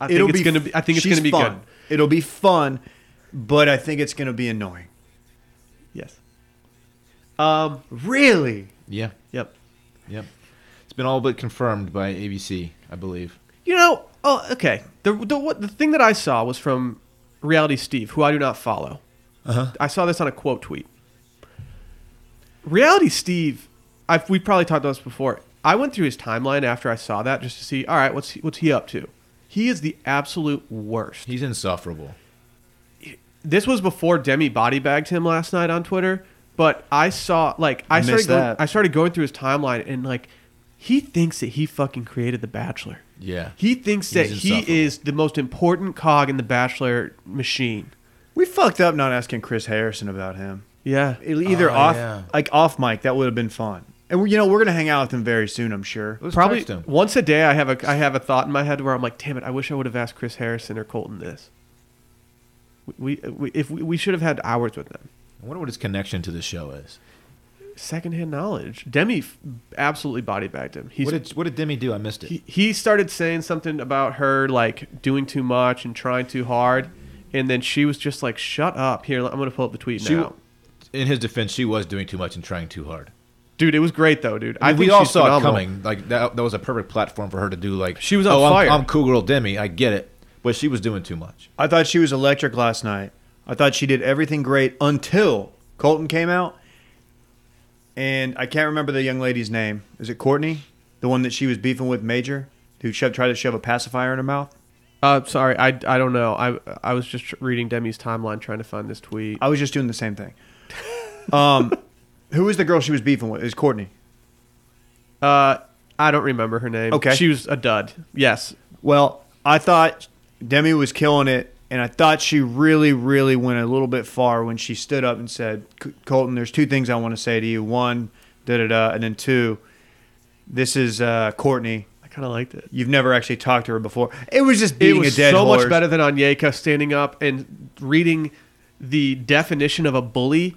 Speaker 1: I
Speaker 2: it'll
Speaker 1: think it's
Speaker 2: be,
Speaker 1: gonna be. I think it's
Speaker 2: she's
Speaker 1: gonna be
Speaker 2: fun.
Speaker 1: good.
Speaker 2: It'll be fun, but I think it's gonna be annoying.
Speaker 1: Yes. Um.
Speaker 2: Really?
Speaker 3: Yeah.
Speaker 1: Yep.
Speaker 3: Yep. It's been all but confirmed by ABC, I believe.
Speaker 1: You know, oh, okay. The the what the thing that I saw was from Reality Steve, who I do not follow.
Speaker 3: Uh-huh.
Speaker 1: I saw this on a quote tweet. Reality Steve, I've, we probably talked about this before. I went through his timeline after I saw that just to see, all right, what's he, what's he up to? He is the absolute worst.
Speaker 3: He's insufferable.
Speaker 1: This was before Demi body bagged him last night on Twitter, but I saw like I started
Speaker 2: missed
Speaker 1: going,
Speaker 2: that.
Speaker 1: I started going through his timeline and like he thinks that he fucking created The Bachelor.
Speaker 3: Yeah.
Speaker 1: He thinks that
Speaker 3: He's
Speaker 1: he
Speaker 3: insufferable.
Speaker 1: is the most important cog in the Bachelor machine.
Speaker 2: We fucked up not asking Chris Harrison about him.
Speaker 1: Yeah.
Speaker 2: It- Either
Speaker 3: Oh,
Speaker 2: off,
Speaker 3: yeah.
Speaker 2: like off mic, that would have been fun. And we- you know, we're gonna hang out with him very soon. I'm sure.
Speaker 3: Let's
Speaker 1: Probably
Speaker 3: text him.
Speaker 1: once a day I have a I have a thought in my head where I'm like, damn it, I wish I would have asked Chris Harrison or Colton this. We, we- we if we, we should have had hours with them.
Speaker 3: I wonder what his connection to the show is.
Speaker 1: Secondhand knowledge. Demi f- absolutely body bagged him. He's
Speaker 3: what did What did Demi do? I missed it.
Speaker 1: he, he started saying something about her like doing too much and trying too hard, and then she was just like, "Shut up!" Here, I'm gonna pull up the tweet
Speaker 3: She-
Speaker 1: now.
Speaker 3: in his defense, she was doing too much and trying too hard.
Speaker 1: Dude, it was great though, dude. I,
Speaker 3: I
Speaker 1: think
Speaker 3: we all
Speaker 1: she's
Speaker 3: saw
Speaker 1: phenomenal.
Speaker 3: it coming. Like that, that was a perfect platform for her to do. Like
Speaker 1: She was on
Speaker 3: oh, I'm-
Speaker 1: fire."
Speaker 3: I'm, cool girl Demi. I get it, but she was doing too much.
Speaker 2: I thought she was electric last night. I thought she did everything great until Colton came out. And I can't remember the young lady's name. Is it Courtney? The one that she was beefing with Major, who shoved, tried to shove a pacifier in her mouth?
Speaker 1: Uh, sorry, I, I don't know. I I was just reading Demi's timeline trying to find this tweet.
Speaker 2: I was just doing the same thing. Um, who is the girl she was beefing with? Is Courtney?
Speaker 1: Uh, I don't remember her name.
Speaker 2: Okay.
Speaker 1: she was a dud. Yes,
Speaker 2: Well, I thought Demi was killing it, and I thought she really, really went a little bit far when she stood up and said, "C- "Colton, there's two things I want to say to you. One, da da da, and then two, this is uh, Courtney.
Speaker 1: I kind of liked it.
Speaker 2: You've never actually talked to her before. It was just
Speaker 1: It
Speaker 2: beating
Speaker 1: was
Speaker 2: a dead
Speaker 1: so
Speaker 2: horse.
Speaker 1: much better than Onyeka standing up and reading the definition of a bully,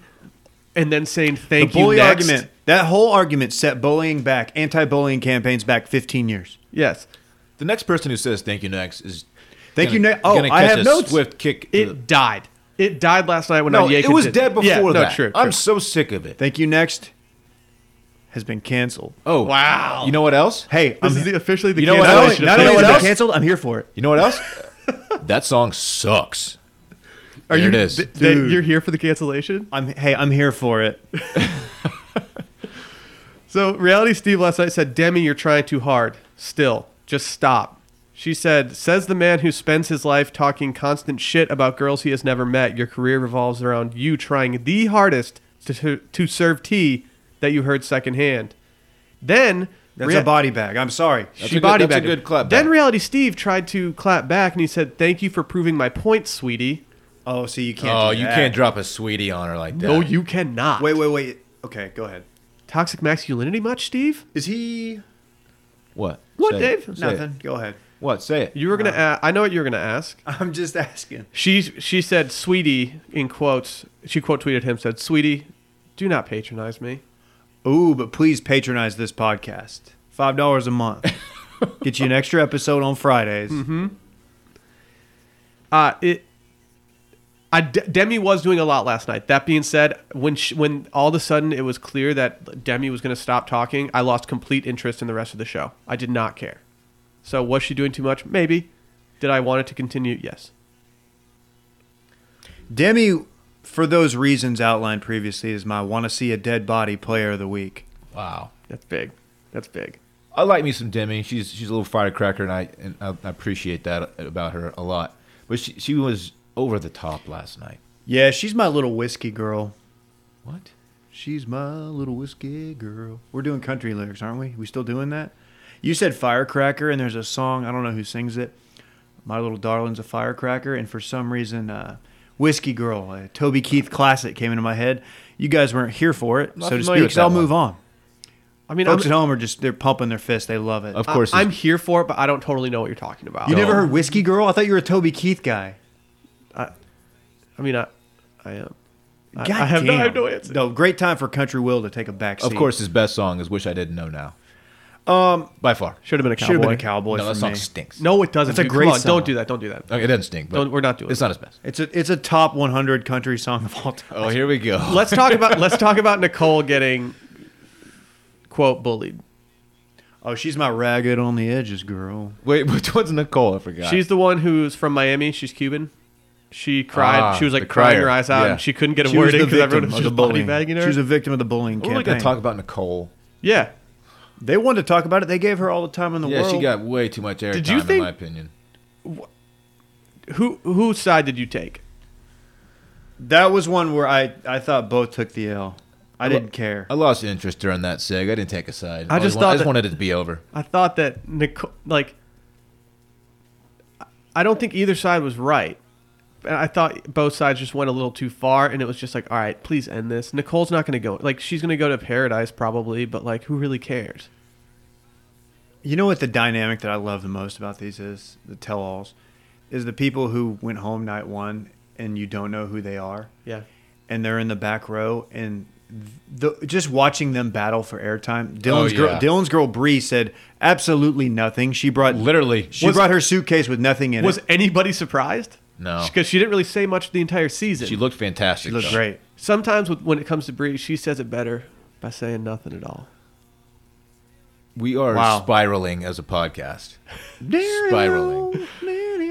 Speaker 1: and then saying
Speaker 2: The
Speaker 1: thank you.
Speaker 2: bully
Speaker 1: next."
Speaker 2: argument. That whole argument set bullying back, anti-bullying campaigns back 15 years.
Speaker 1: Yes,
Speaker 3: The next person who says thank you next is
Speaker 2: Thank
Speaker 3: gonna-
Speaker 2: you, ne- oh,
Speaker 3: gonna
Speaker 2: I
Speaker 3: catch
Speaker 2: have
Speaker 3: a
Speaker 2: notes.
Speaker 3: Swift kick. to
Speaker 1: it
Speaker 3: the-
Speaker 1: died. It died last night when
Speaker 3: no,
Speaker 1: Onyeka.
Speaker 3: it was
Speaker 1: did-
Speaker 3: dead before
Speaker 1: yeah,
Speaker 3: that.
Speaker 1: No, true,
Speaker 3: I'm
Speaker 1: true.
Speaker 3: so sick of it.
Speaker 2: Thank you. Next has been canceled.
Speaker 3: Oh
Speaker 1: Wow.
Speaker 3: You know what else?
Speaker 2: Hey,
Speaker 1: This
Speaker 2: I'm,
Speaker 1: is the, officially the
Speaker 3: You know what?
Speaker 2: not only,
Speaker 1: cancellation. of
Speaker 2: not only
Speaker 1: Taylor
Speaker 2: is it
Speaker 1: Swift.
Speaker 3: else?
Speaker 2: canceled, I'm here for it.
Speaker 3: You know what else? that song sucks.
Speaker 1: Are
Speaker 3: There
Speaker 1: you?
Speaker 3: it is.
Speaker 1: th- that
Speaker 2: Dude.
Speaker 1: you're here for the cancellation.
Speaker 2: I'm hey, I'm here for it.
Speaker 1: So, Reality Steve last night said, Demi, you're trying too hard. Still, just stop. She said, says the man who spends his life talking constant shit about girls he has never met. Your career revolves around you trying the hardest to, to, to serve tea that you heard secondhand. Then,
Speaker 2: That's
Speaker 1: Rea-
Speaker 2: a body bag. I'm sorry.
Speaker 3: That's
Speaker 1: she
Speaker 3: a good-
Speaker 1: body
Speaker 3: that's a
Speaker 1: bagged him.
Speaker 3: good clap
Speaker 1: Then
Speaker 3: back.
Speaker 1: Reality Steve tried to clap back and he said, Thank you for proving my point, sweetie.
Speaker 2: Oh, see, you can't.
Speaker 3: Oh,
Speaker 2: do
Speaker 3: you
Speaker 2: that.
Speaker 3: can't drop a sweetie on her like that.
Speaker 1: No, you cannot.
Speaker 2: Wait, wait, wait. Okay, go ahead.
Speaker 1: Toxic masculinity much, Steve?
Speaker 2: Is he
Speaker 3: What?
Speaker 1: What,
Speaker 3: Say it.
Speaker 1: Dave?
Speaker 3: Say it.
Speaker 2: nothing? Go ahead.
Speaker 3: What? Say it.
Speaker 1: You were going to a I know what you were going to ask.
Speaker 2: I'm just asking.
Speaker 1: She she said, "Sweetie," in quotes. She quote tweeted him said, "Sweetie, do not patronize me."
Speaker 2: Ooh, but please patronize this podcast. Five dollars a month. Get you an extra episode on Fridays.
Speaker 1: Uh it. I De- Demi was doing a lot last night. That being said, when she, when all of a sudden it was clear that Demi was going to stop talking, I lost complete interest in the rest of the show. I did not care. So was she doing too much? Maybe. Did I want it to continue? Yes.
Speaker 2: Demi, for those reasons outlined previously, is my want to see a dead body player of the week.
Speaker 3: Wow.
Speaker 1: That's big. That's big.
Speaker 3: I like me some Demi. She's she's a little firecracker, and I and I I appreciate that about her a lot. But she she was over the top last night.
Speaker 2: Yeah, she's my little whiskey girl.
Speaker 3: What?
Speaker 2: She's my little whiskey girl. We're doing country lyrics, aren't we? We still doing that? You said firecracker, and there's a song I don't know who sings it. My little darling's a firecracker, and for some reason, uh, whiskey girl, a Toby Keith classic came into my head. You guys weren't here for it,
Speaker 3: Not
Speaker 2: so to
Speaker 3: familiar
Speaker 2: speak.
Speaker 3: with
Speaker 2: So I'll
Speaker 3: that
Speaker 2: move on.
Speaker 1: I mean,
Speaker 2: Folks
Speaker 1: I'm,
Speaker 2: at home are just they're pumping their fists. They love it. Uh,
Speaker 3: Of
Speaker 1: I-
Speaker 3: course.
Speaker 1: I'm here for it, but I don't totally know what you're talking about.
Speaker 2: you never
Speaker 3: No.
Speaker 2: heard whiskey girl? I thought you were a Toby Keith guy.
Speaker 1: I mean, I, I am. I-
Speaker 2: God
Speaker 1: I have no- I
Speaker 2: damn.
Speaker 1: have no answer.
Speaker 2: No, great time for Country Will to take a back seat.
Speaker 3: of course, his best song is "Wish I Didn't Know Now." Um, by far.
Speaker 1: Should have been a
Speaker 2: should have
Speaker 1: cowboy.
Speaker 2: been a cowboy.
Speaker 3: No, that
Speaker 2: for
Speaker 3: song
Speaker 2: me.
Speaker 3: stinks.
Speaker 1: No, it doesn't.
Speaker 2: That's a
Speaker 1: dude.
Speaker 2: great
Speaker 1: Come on,
Speaker 2: song.
Speaker 1: Don't do that. Don't do that.
Speaker 3: Okay, it doesn't stink. But
Speaker 1: Don't- we're not doing
Speaker 3: It's
Speaker 1: it.
Speaker 3: not his best.
Speaker 2: It's a it's a top 100 country song of all time.
Speaker 3: Oh, here we go.
Speaker 1: Let's talk about let's talk about Nicole getting quote bullied.
Speaker 2: Oh, she's my ragged on the edges girl.
Speaker 3: Wait, which one's Nicole? I forgot.
Speaker 1: She's the one who's from Miami. She's Cuban. She cried.
Speaker 3: Ah,
Speaker 1: she was
Speaker 3: the
Speaker 1: like crying
Speaker 3: crier.
Speaker 1: her eyes out,
Speaker 3: Yeah.
Speaker 1: and she couldn't get a
Speaker 2: She
Speaker 1: word
Speaker 2: was
Speaker 1: in
Speaker 2: the
Speaker 1: because everyone
Speaker 2: victim
Speaker 1: was
Speaker 2: of the
Speaker 1: just body
Speaker 2: bullying.
Speaker 1: bagging her.
Speaker 2: She was a victim of the bullying
Speaker 3: We're
Speaker 2: campaign.
Speaker 3: gonna talk about Nicole.
Speaker 1: yeah.
Speaker 2: they wanted to talk about it. They gave her all the time in the
Speaker 3: Yeah,
Speaker 2: world.
Speaker 3: she got way too much airtime,
Speaker 1: Did you
Speaker 3: in
Speaker 1: think-
Speaker 3: my opinion.
Speaker 1: Who whose side did you take?
Speaker 2: that was one where I I thought both took the L. I
Speaker 3: lo-
Speaker 2: didn't care.
Speaker 3: I lost interest during that seg. I didn't take a side.
Speaker 1: I just
Speaker 3: wa-
Speaker 1: thought
Speaker 3: I just
Speaker 1: that-
Speaker 3: wanted it to be over.
Speaker 1: I thought that Nicole, like, I don't think either side was right. And I thought both sides just went a little too far, and it was just like, all right, please end this. Nicole's not going to go. Like, she's going to go to paradise probably, but like, who really cares?
Speaker 2: You know what the dynamic that I love the most about these is the tell-alls, is the people who went home night one and you don't know who they are.
Speaker 1: Yeah.
Speaker 2: and they're in the back row and the, just watching them battle for airtime. Dylan's
Speaker 3: Oh,
Speaker 2: girl,
Speaker 3: yeah.
Speaker 2: Dylan's girl Bree said absolutely nothing. She brought
Speaker 3: Literally.
Speaker 2: she
Speaker 1: Was-
Speaker 2: brought her suitcase with nothing in
Speaker 1: Was
Speaker 2: it.
Speaker 1: anybody surprised?
Speaker 3: No.
Speaker 1: Because she didn't really say much the entire season.
Speaker 3: She looked fantastic.
Speaker 2: She looked
Speaker 3: though.
Speaker 2: great.
Speaker 1: Sometimes with, when it comes to Bree, she says it better. by saying nothing at all.
Speaker 3: We are
Speaker 2: Wow.
Speaker 3: spiraling as a podcast. Spiraling.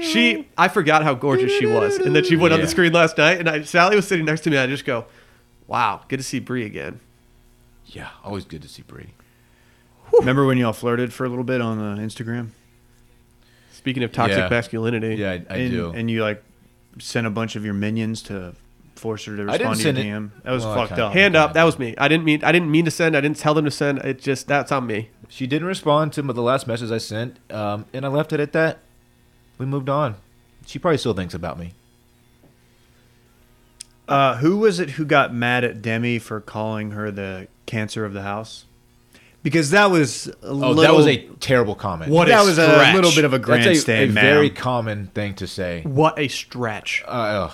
Speaker 1: She, I forgot how gorgeous she was, and that she went on the
Speaker 3: Yeah.
Speaker 1: screen last night. And I, Sally was sitting next to me. And I just go, "Wow, good to see Brie again."
Speaker 3: Yeah, always good to see Bree.
Speaker 2: Remember when y'all flirted for a little bit on uh, Instagram?
Speaker 1: Speaking of toxic
Speaker 3: Yeah.
Speaker 1: masculinity,
Speaker 3: Yeah, I, I
Speaker 2: and,
Speaker 3: do.
Speaker 2: And you like sent a bunch of your minions to force her to
Speaker 3: I didn't
Speaker 2: respond to your
Speaker 3: send it-
Speaker 2: DM. That was
Speaker 3: Well, I
Speaker 2: fucked
Speaker 3: kinda-
Speaker 2: up.
Speaker 1: hand up, that was me. I didn't mean, I didn't mean to send. I didn't tell them to send. It just that's on me.
Speaker 3: she didn't respond to the last message I sent, um, and I left it at that. We moved on. She probably still thinks about me.
Speaker 2: Uh, who was it who got mad at Demi for calling her the cancer of the house? Because that was a
Speaker 3: Oh,
Speaker 2: little.
Speaker 3: that was a terrible comment.
Speaker 2: What
Speaker 3: That
Speaker 2: that
Speaker 1: a
Speaker 2: was
Speaker 1: stretch.
Speaker 2: a little bit of a
Speaker 3: That's a- a,
Speaker 2: grandstand, man.
Speaker 3: very common thing to say.
Speaker 1: What a stretch.
Speaker 3: Uh, ugh.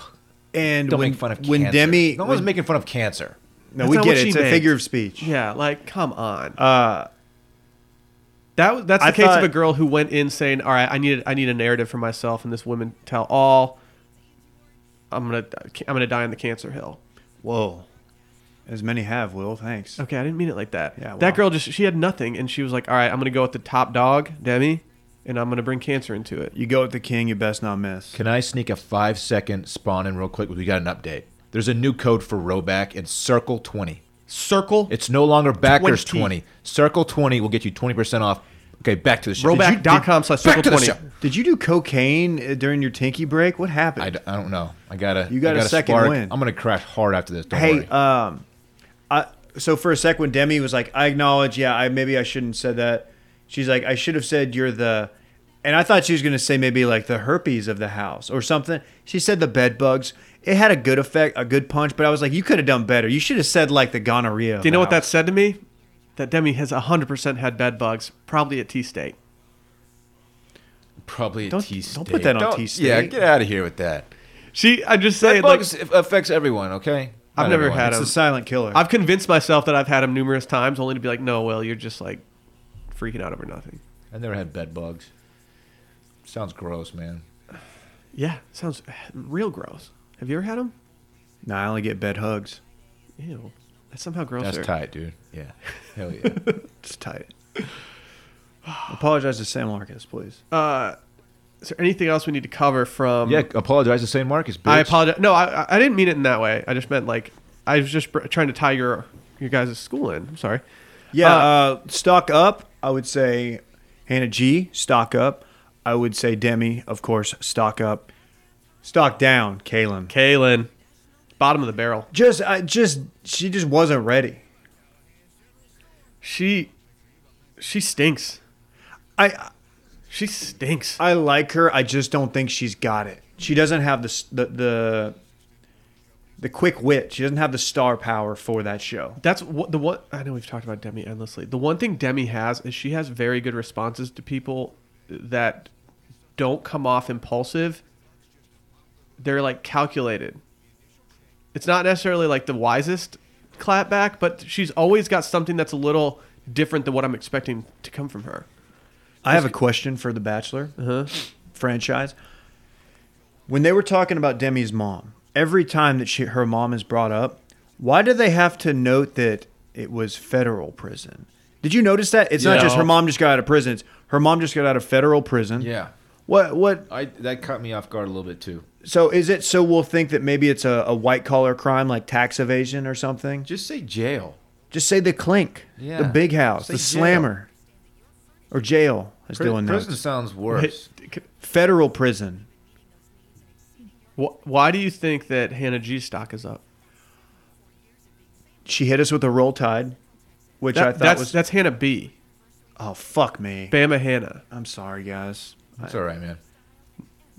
Speaker 2: and
Speaker 3: Don't
Speaker 2: when,
Speaker 3: make fun of
Speaker 2: when
Speaker 3: cancer.
Speaker 2: Demi,
Speaker 3: no one's
Speaker 2: when-
Speaker 3: making fun of cancer.
Speaker 2: no,
Speaker 1: That's
Speaker 2: we
Speaker 1: not
Speaker 2: get
Speaker 1: what
Speaker 2: it.
Speaker 1: she
Speaker 2: It's a
Speaker 1: meant.
Speaker 2: figure of speech.
Speaker 1: Yeah, like come on.
Speaker 2: Uh,
Speaker 1: That was that's the
Speaker 2: I
Speaker 1: case of
Speaker 2: thought-
Speaker 1: a girl who went in saying, "All right, I need I need a narrative for myself," and this woman tell all. I'm gonna I'm gonna die on the cancer hill.
Speaker 2: whoa, as many have. Will, thanks.
Speaker 1: Okay, I didn't mean it like that.
Speaker 2: Yeah,
Speaker 1: That
Speaker 2: wow.
Speaker 1: girl just she had nothing, and she was like, "All right, I'm gonna go with the top dog, Demi, and I'm gonna bring cancer into it."
Speaker 2: You go with the king. You best not miss.
Speaker 3: Can I sneak a five second spawn in real quick? We got an update. There's a new code for Roback. It's Circle 20.
Speaker 1: Circle.
Speaker 3: It's no longer Backers
Speaker 1: 20.
Speaker 3: 20. Circle 20 will get you 20% off. Okay, back to the show. Did you-
Speaker 1: Rollback.com slash
Speaker 3: back to the
Speaker 1: circle20.
Speaker 3: show.
Speaker 2: Did you do cocaine uh, during your tinky break? What happened?
Speaker 3: I, d- I don't know. I gotta.
Speaker 2: You got
Speaker 3: I
Speaker 2: a
Speaker 3: gotta
Speaker 2: second
Speaker 3: spark.
Speaker 2: win.
Speaker 3: I'm gonna crash hard after this. Don't
Speaker 2: hey,
Speaker 3: worry.
Speaker 2: um, I, so for a sec when Demi was like, I acknowledge, yeah, I maybe I shouldn't have said that. She's like, I should have said you're the, and I thought she was gonna say maybe like the herpes of the house or something. She said the bed bugs. It had a good effect, a good punch, but I was like, you could have done better. You should have said like the gonorrhea.
Speaker 1: Do you know what that said to me? That Demi has 100% had bed bugs, probably at T State.
Speaker 3: Probably a
Speaker 2: don't-
Speaker 3: T
Speaker 2: don't put that on
Speaker 3: Don't-
Speaker 2: T-State.
Speaker 3: Yeah, get out of here with that.
Speaker 1: She, I'm just saying,
Speaker 3: That
Speaker 1: like,
Speaker 3: bugs aff- affects everyone. Okay.
Speaker 1: I've
Speaker 3: Not
Speaker 1: never
Speaker 3: everyone.
Speaker 1: had
Speaker 2: It's
Speaker 1: a-
Speaker 2: a silent killer.
Speaker 1: I've convinced myself that I've had them numerous times, only to be like, no, well, you're just like freaking out over nothing.
Speaker 3: I've never had bed bugs. Sounds gross, man.
Speaker 1: Yeah, sounds real gross. Have you ever had them?
Speaker 2: no, I only get bed hugs.
Speaker 1: Ew, that's somehow grosser.
Speaker 3: That's tight, dude. Yeah. Hell yeah.
Speaker 2: It's tight. Apologize to San Marcos, please.
Speaker 1: Uh, is there anything else we need to cover from?
Speaker 3: yeah. Apologize to St. Marcus. Bitch.
Speaker 1: I apologize. No, I, I- I didn't mean it in that way. I just meant like I was just br- trying to tie your your guys' school in. I'm sorry.
Speaker 2: Yeah,
Speaker 1: Uh,
Speaker 2: uh, stock up. I would say Hannah G. Stock up. I would say Demi, of course. Stock up. Stock down, Kalen.
Speaker 1: Kaylin, bottom of the barrel.
Speaker 2: Just, I just, she just wasn't ready.
Speaker 1: She, she stinks.
Speaker 2: I,
Speaker 1: She stinks.
Speaker 2: I like her. I just don't think she's got it. She doesn't have the s- the the, the quick wit. She doesn't have the star power for that show.
Speaker 1: That's what the one I know we've talked about Demi endlessly. The one thing Demi has is she has very good responses to people that don't come off impulsive. They're like calculated. It's not necessarily like the wisest clapback, but she's always got something that's a little different than what I'm expecting to come from her.
Speaker 2: I have a question for The Bachelor franchise. When they were talking about Demi's mom, every time that she, her mom is brought up, why do they have to note that it was federal prison? Did you notice that? It's not
Speaker 3: Yeah.
Speaker 2: just her mom just got out of prison. It's her mom just got out of federal prison.
Speaker 3: Yeah.
Speaker 2: What? What?
Speaker 3: I that caught me off guard a little bit too.
Speaker 2: So is it so we'll think that maybe it's a, a white collar crime like tax evasion or something?
Speaker 3: Just say jail.
Speaker 2: Just say the clink,
Speaker 3: Yeah.
Speaker 2: the big house,
Speaker 3: Say
Speaker 2: the
Speaker 3: jail.
Speaker 2: slammer, or jail, as
Speaker 3: Pri-
Speaker 2: Dylan
Speaker 3: prison
Speaker 2: knows.
Speaker 3: sounds worse.
Speaker 2: Federal prison.
Speaker 1: Wh- Why do you think that Hannah G stock is up?
Speaker 2: she hit us with a roll tide, which
Speaker 1: That-
Speaker 2: I thought
Speaker 1: that's
Speaker 2: was
Speaker 1: that's Hannah B.
Speaker 2: oh fuck me.
Speaker 1: Bama Hannah.
Speaker 2: I'm sorry, guys.
Speaker 3: It's all right, man.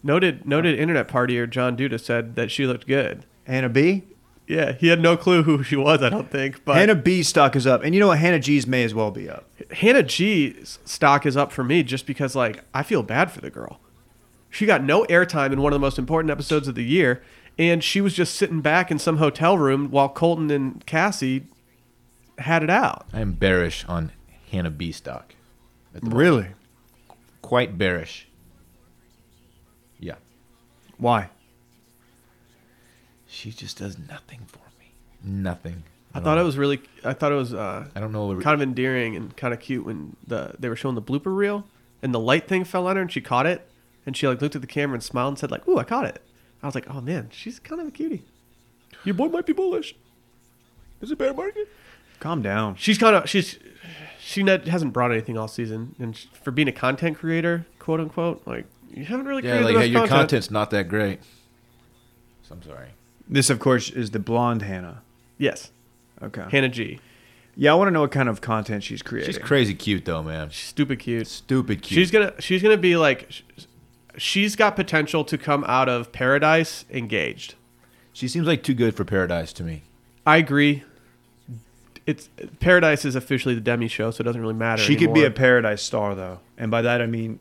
Speaker 1: Noted noted internet partier John Duda said that she looked good.
Speaker 2: Hannah B.
Speaker 1: Yeah, he had no clue who she was, I don't think. But
Speaker 2: Hannah
Speaker 1: Hannah,
Speaker 2: B stock is up, and you know what? Hannah G's may as well be up.
Speaker 1: Hannah G's stock is up for me just because, like, I feel bad for the girl. She got no airtime in one of the most important episodes of the year, and she was just sitting back in some hotel room while Colton and Cassie had it out.
Speaker 3: I am bearish on Hannah B stock. at the moment.
Speaker 2: Really?
Speaker 3: Quite bearish. Yeah.
Speaker 2: Why?
Speaker 3: She just does nothing for me. Nothing.
Speaker 1: I thought it was really. I thought it was uh,
Speaker 3: I don't know.
Speaker 1: kind of endearing and kind of cute when the they were showing the blooper reel and the light thing fell on her and she caught it and she like looked at the camera and smiled and said like, "Ooh, I caught it." I was like, "Oh man, she's kind of a cutie." Your boy might be bullish. Is it bear market?
Speaker 2: Calm down.
Speaker 1: She's kind of she's she not, hasn't brought anything all season, and sh for being a content creator, quote unquote, like you haven't really
Speaker 3: yeah,
Speaker 1: created
Speaker 3: like
Speaker 1: enough
Speaker 3: hey, your
Speaker 1: content.
Speaker 3: content's not that great. So I'm sorry.
Speaker 2: This, of course, is the blonde Hannah.
Speaker 1: Yes,
Speaker 2: Okay.
Speaker 1: Hannah G.
Speaker 2: Yeah, I want to know what kind of content she's creating.
Speaker 3: She's crazy cute though, man.
Speaker 1: She's stupid cute.
Speaker 3: Stupid cute.
Speaker 1: She's gonna she's gonna be like, sh- she's got potential to come out of paradise engaged.
Speaker 3: she seems like too good for paradise to me.
Speaker 1: I agree. It's paradise is officially the demi show, so it doesn't really matter.
Speaker 2: She could be a
Speaker 1: anymore.
Speaker 2: paradise star though, and by that I mean,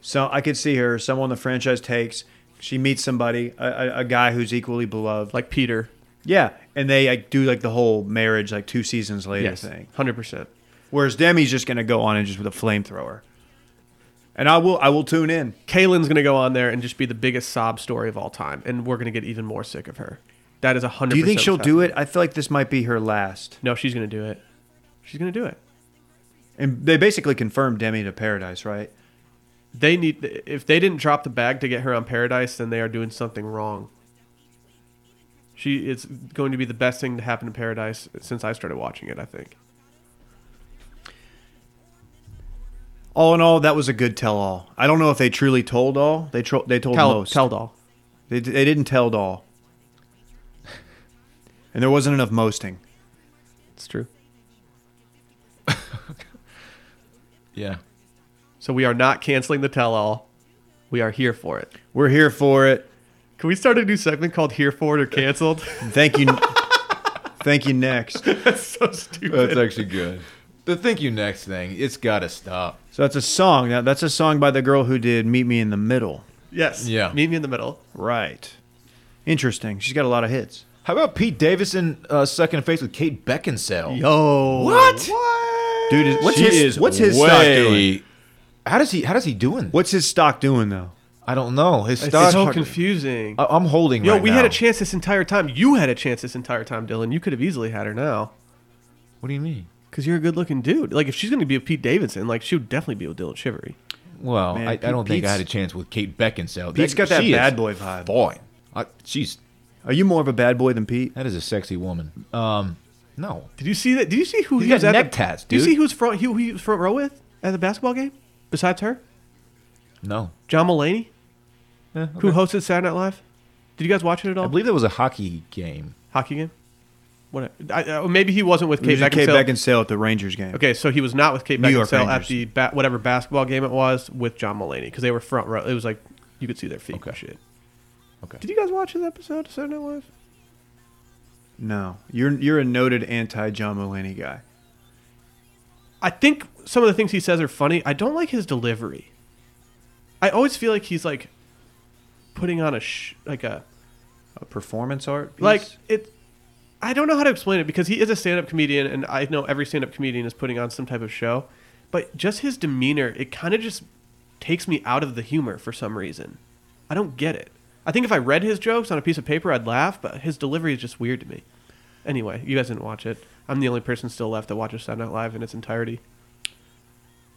Speaker 2: so I could see her. Someone the franchise takes. She meets somebody, a, a, a guy who's equally beloved. Like,
Speaker 1: like Peter.
Speaker 2: yeah, and they like, do like the whole marriage, like two seasons later
Speaker 1: Yes,
Speaker 2: thing.
Speaker 1: hundred percent.
Speaker 2: Whereas Demi's just gonna go on and just with a flamethrower. And I will, I will tune in.
Speaker 1: Kaylin's gonna go on there and just be the biggest sob story of all time, and we're gonna get even more sick of her. That is hundred.
Speaker 2: Do you think she'll do it? I feel like this might be her last.
Speaker 1: No, she's gonna do it. She's gonna do it.
Speaker 2: And they basically confirmed Demi to Paradise, right?
Speaker 1: They need if they didn't drop the bag to get her on Paradise, then they are doing something wrong. She it's going to be the best thing to happen to Paradise since I started watching it. I think.
Speaker 2: All in all, that was a good tell-all. I don't know if they truly told all. They tro- they told
Speaker 1: Tell
Speaker 2: most.
Speaker 1: tell doll.
Speaker 2: They, they didn't tell it all. And there wasn't enough mosting.
Speaker 1: It's true.
Speaker 3: Yeah.
Speaker 1: So we are not canceling the tell all. We are here for it.
Speaker 2: We're here for it.
Speaker 1: Can we start a new segment called Here For It or Canceled?
Speaker 2: Thank you. Thank you next.
Speaker 1: That's so stupid.
Speaker 3: That's actually good. The thank you next thing, it's gotta stop.
Speaker 2: So that's a song. Now that's a song by the girl who did Meet Me in the Middle.
Speaker 1: yes.
Speaker 3: Yeah.
Speaker 1: Meet me in the middle.
Speaker 2: Right. Interesting. She's got a lot of hits.
Speaker 3: How about Pete Davidson uh, sucking a face with Kate Beckinsale?
Speaker 2: Yo.
Speaker 3: What?
Speaker 2: Dude, is, what's
Speaker 3: She
Speaker 2: his
Speaker 3: is
Speaker 2: what's his
Speaker 3: way-
Speaker 2: stock doing?
Speaker 3: How does he? How does he doing?
Speaker 2: What's his stock doing though?
Speaker 3: I don't know. His
Speaker 1: It's
Speaker 3: stock.
Speaker 1: so
Speaker 2: hard-
Speaker 1: confusing.
Speaker 3: I- I'm holding.
Speaker 1: Yo,
Speaker 3: Uh, right
Speaker 1: we
Speaker 3: now.
Speaker 1: had a chance this entire time. You had a chance this entire time, Dylan. You could have easily had her now.
Speaker 3: What do you mean?
Speaker 1: Because you're a good looking dude. Like, if she's going to be with Pete Davidson, like, she would definitely be with Dylan Shivery.
Speaker 3: Well,
Speaker 2: Man,
Speaker 3: I, I
Speaker 2: Pete-
Speaker 3: don't think I
Speaker 2: Pete's-
Speaker 3: had a chance with Kate Beckinsale.
Speaker 2: Pete's got that
Speaker 3: she is
Speaker 2: bad boy vibe.
Speaker 3: Fine. I, she's
Speaker 2: Are you more of a bad boy than Pete?
Speaker 3: that is a sexy woman. Um, no,
Speaker 1: Did you see that? Did you see who
Speaker 3: He's
Speaker 1: he
Speaker 3: got
Speaker 1: was at
Speaker 3: neck
Speaker 1: the,
Speaker 3: tats,
Speaker 1: Do you
Speaker 3: dude.
Speaker 1: see who's front, who he was front row with at the basketball game besides her?
Speaker 3: no.
Speaker 1: John Mulaney,
Speaker 3: Eh,
Speaker 1: who
Speaker 3: okay.
Speaker 1: hosted Saturday Night Live. Did you guys watch it at all?
Speaker 3: I believe there was a hockey game.
Speaker 1: hockey game? What? I, uh, maybe he wasn't with Kate
Speaker 2: Kate, Kate
Speaker 1: Beckinsale.
Speaker 2: Beckinsale at the Rangers game.
Speaker 1: Okay, so he was not with Kate
Speaker 2: New York
Speaker 1: Beckinsale at
Speaker 2: Rangers.
Speaker 1: the ba- whatever basketball game it was with John Mulaney because they were front row. It was like you could see their feet
Speaker 3: Okay.
Speaker 1: and shit.
Speaker 3: Okay.
Speaker 1: Did you guys watch this episode of Saturday Night Live?
Speaker 2: No. You're you're a noted anti John Mulaney guy.
Speaker 1: I think some of the things he says are funny. I don't like his delivery. I always feel like he's like putting on a sh- like a
Speaker 2: A performance art piece?
Speaker 1: like it i don't know how to explain it because he is a stand-up comedian and i know every stand-up comedian is putting on some type of show but just his demeanor it kind of just takes me out of the humor for some reason i don't get it i think if i read his jokes on a piece of paper i'd laugh but his delivery is just weird to me anyway you guys didn't watch it i'm the only person still left that watches saturday night live in its entirety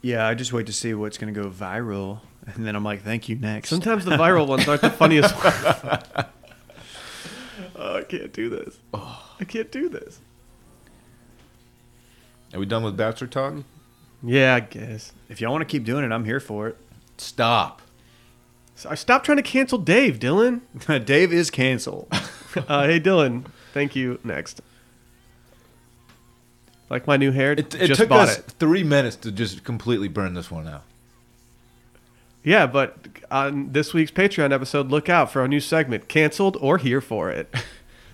Speaker 2: Yeah, I just wait to see what's going to go viral. And then I'm like, thank you, next.
Speaker 1: sometimes the viral ones aren't the funniest ones oh, i can't do this i can't do this
Speaker 3: Are we done with bachelor talk?
Speaker 1: yeah i guess
Speaker 2: If y'all want to keep doing it, I'm here for
Speaker 3: Stop.
Speaker 1: So I stopped trying to cancel Dave, Dylan.
Speaker 2: it. Dave is canceled.
Speaker 1: Uh, hey, Dylan. Thank you. Next. Like my new hair.
Speaker 3: It, it
Speaker 1: just
Speaker 3: took
Speaker 1: bought
Speaker 3: us
Speaker 1: it.
Speaker 3: three minutes to just completely burn this one out.
Speaker 1: Yeah, but on this week's Patreon episode, look out for our new segment, canceled or here for it.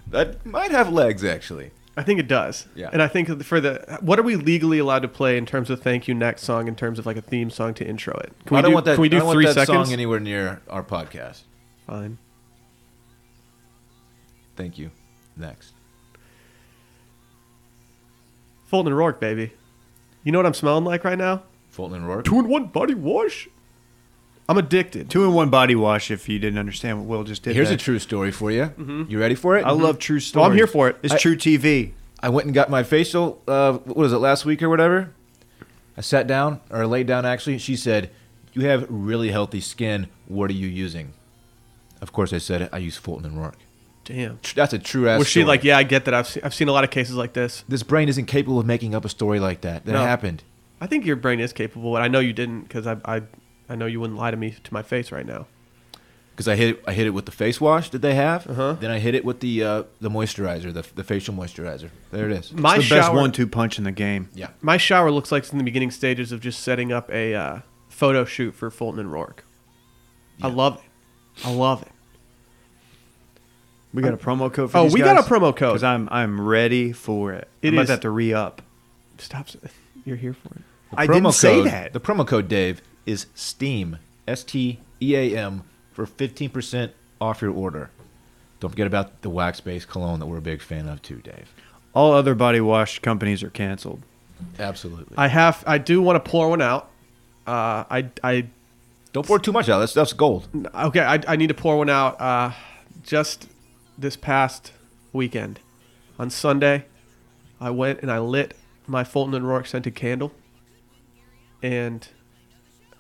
Speaker 3: That might have legs, actually.
Speaker 1: I think it does.
Speaker 3: Yeah.
Speaker 1: And I think for the what are we legally allowed to play in terms of thank you next song in terms of like a theme song to intro it? Can we
Speaker 3: I don't
Speaker 1: do,
Speaker 3: want that.
Speaker 1: can we do
Speaker 3: I don't
Speaker 1: three
Speaker 3: want that
Speaker 1: seconds?
Speaker 3: song anywhere near our podcast.
Speaker 1: Fine.
Speaker 3: Thank you. Next.
Speaker 1: Fulton and Rourke, baby. You know what I'm smelling like right now?
Speaker 3: Fulton and Rourke.
Speaker 1: Two in one body wash. I'm addicted.
Speaker 2: Two in one body wash, if you didn't understand what Will just did.
Speaker 3: Here's
Speaker 2: there.
Speaker 1: Mm-hmm.
Speaker 3: a true story for you. You ready for it? Mm-hmm.
Speaker 2: I love true
Speaker 1: Well,
Speaker 2: stories.
Speaker 1: I'm here for it.
Speaker 2: It's
Speaker 1: I-
Speaker 2: true TV.
Speaker 3: I went and got my facial. Uh, what was it last week or whatever? I sat down or laid down. Actually, she said, "You have really healthy skin. What are you using?" Of course, I said I use Fulton and Rourke.
Speaker 1: Damn.
Speaker 3: Tr- That's a true ass.
Speaker 1: Was she
Speaker 3: story.
Speaker 1: like, yeah, I get that. I've seen, I've seen a lot of cases like this.
Speaker 3: This brain isn't capable of making up a story like that. That
Speaker 1: No.
Speaker 3: happened.
Speaker 1: I think your brain is capable, and I know you didn't because I, I I know you wouldn't lie to me to my face right now.
Speaker 3: because I hit it, I hit it with the face wash that they have.
Speaker 1: Uh-huh.
Speaker 3: Then I hit it with the uh, the moisturizer, the, the facial moisturizer. There it is.
Speaker 1: My
Speaker 2: It's the
Speaker 1: shower,
Speaker 2: best one-two punch in the game.
Speaker 3: Yeah,
Speaker 1: my shower looks like it's in the beginning stages of just setting up a uh, photo shoot for Fulton and Rourke. I
Speaker 3: Yeah.
Speaker 1: love it. I love it.
Speaker 2: We got a promo code for
Speaker 1: Oh,
Speaker 2: these
Speaker 1: we
Speaker 2: guys?
Speaker 1: got a promo code.
Speaker 2: Because I'm I'm ready for it.
Speaker 1: It
Speaker 2: I'm about
Speaker 1: is-
Speaker 2: to have to re up.
Speaker 1: Stop. s- You're here for it.
Speaker 3: The
Speaker 2: I didn't
Speaker 3: promo
Speaker 2: say
Speaker 3: code-
Speaker 2: that.
Speaker 3: The promo code Dave is Steam S T E A M for fifteen percent off your order. Don't forget about the wax based cologne that we're a big fan of too, Dave.
Speaker 2: All other body wash companies are canceled.
Speaker 3: Absolutely.
Speaker 1: I have. I do want to pour one out. Uh, I I
Speaker 3: Don't pour too much out. That stuff's gold.
Speaker 1: okay. I, I need to pour one out. Uh, just this past weekend, on Sunday, I went and I lit my Fulton and Rourke scented candle, and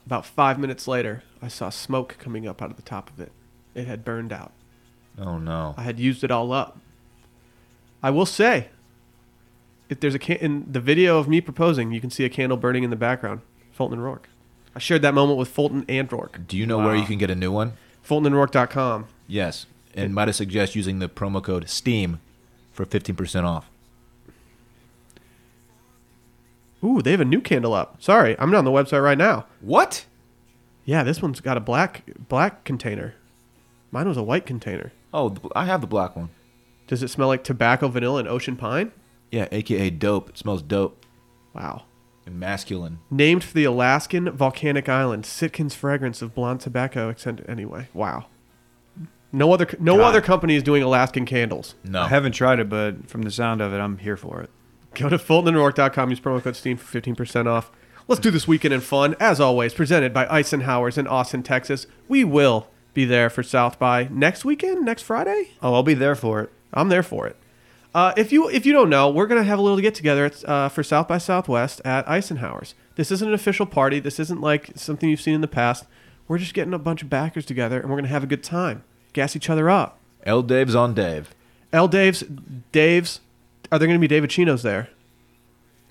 Speaker 1: about five minutes later, I saw smoke coming up out of the top of it. It had burned out.
Speaker 3: Oh no.
Speaker 1: I had used it all up. I will say, if there's a can- in the video of me proposing, you can see a candle burning in the background. Fulton and Rourke. I shared that moment with Fulton and Rourke.
Speaker 3: Do you know where you can get a new one?
Speaker 1: FultonandRourke.com.
Speaker 3: Yes. And might I suggest using the promo code STEAM for fifteen percent off.
Speaker 1: Ooh, they have a new candle up. Sorry, I'm not on the website right now.
Speaker 3: What?
Speaker 1: Yeah, this one's got a black black container. Mine was a white container.
Speaker 3: Oh, the bl- I have the black one.
Speaker 1: Does it smell like tobacco, vanilla, and ocean pine?
Speaker 3: Yeah, aka dope. It smells dope
Speaker 1: Wow.
Speaker 3: and masculine.
Speaker 1: Named for the Alaskan volcanic island, Sitkin's fragrance of blonde tobacco accent. Anyway, wow. No other no
Speaker 2: God.
Speaker 1: other company is doing Alaskan candles.
Speaker 3: No.
Speaker 2: I haven't tried it, but from the sound of it, I'm here for it.
Speaker 1: Go to FultonandRourke.com. Use promo code STEAM for fifteen percent off. Let's do this weekend in fun, as always, presented by Eisenhower's in Austin, Texas. We will be there for South by next weekend, next Friday.
Speaker 2: Oh, I'll be there for it.
Speaker 1: I'm there for it. Uh, if you if you don't know, we're gonna have a little get together uh, for South by Southwest at Eisenhower's. This isn't an official party. This isn't like something you've seen in the past. We're just getting a bunch of backers together and we're gonna have a good time, gas each other up.
Speaker 3: L Dave's on Dave.
Speaker 1: L. Dave's, Dave's, are there gonna be David Chinos there?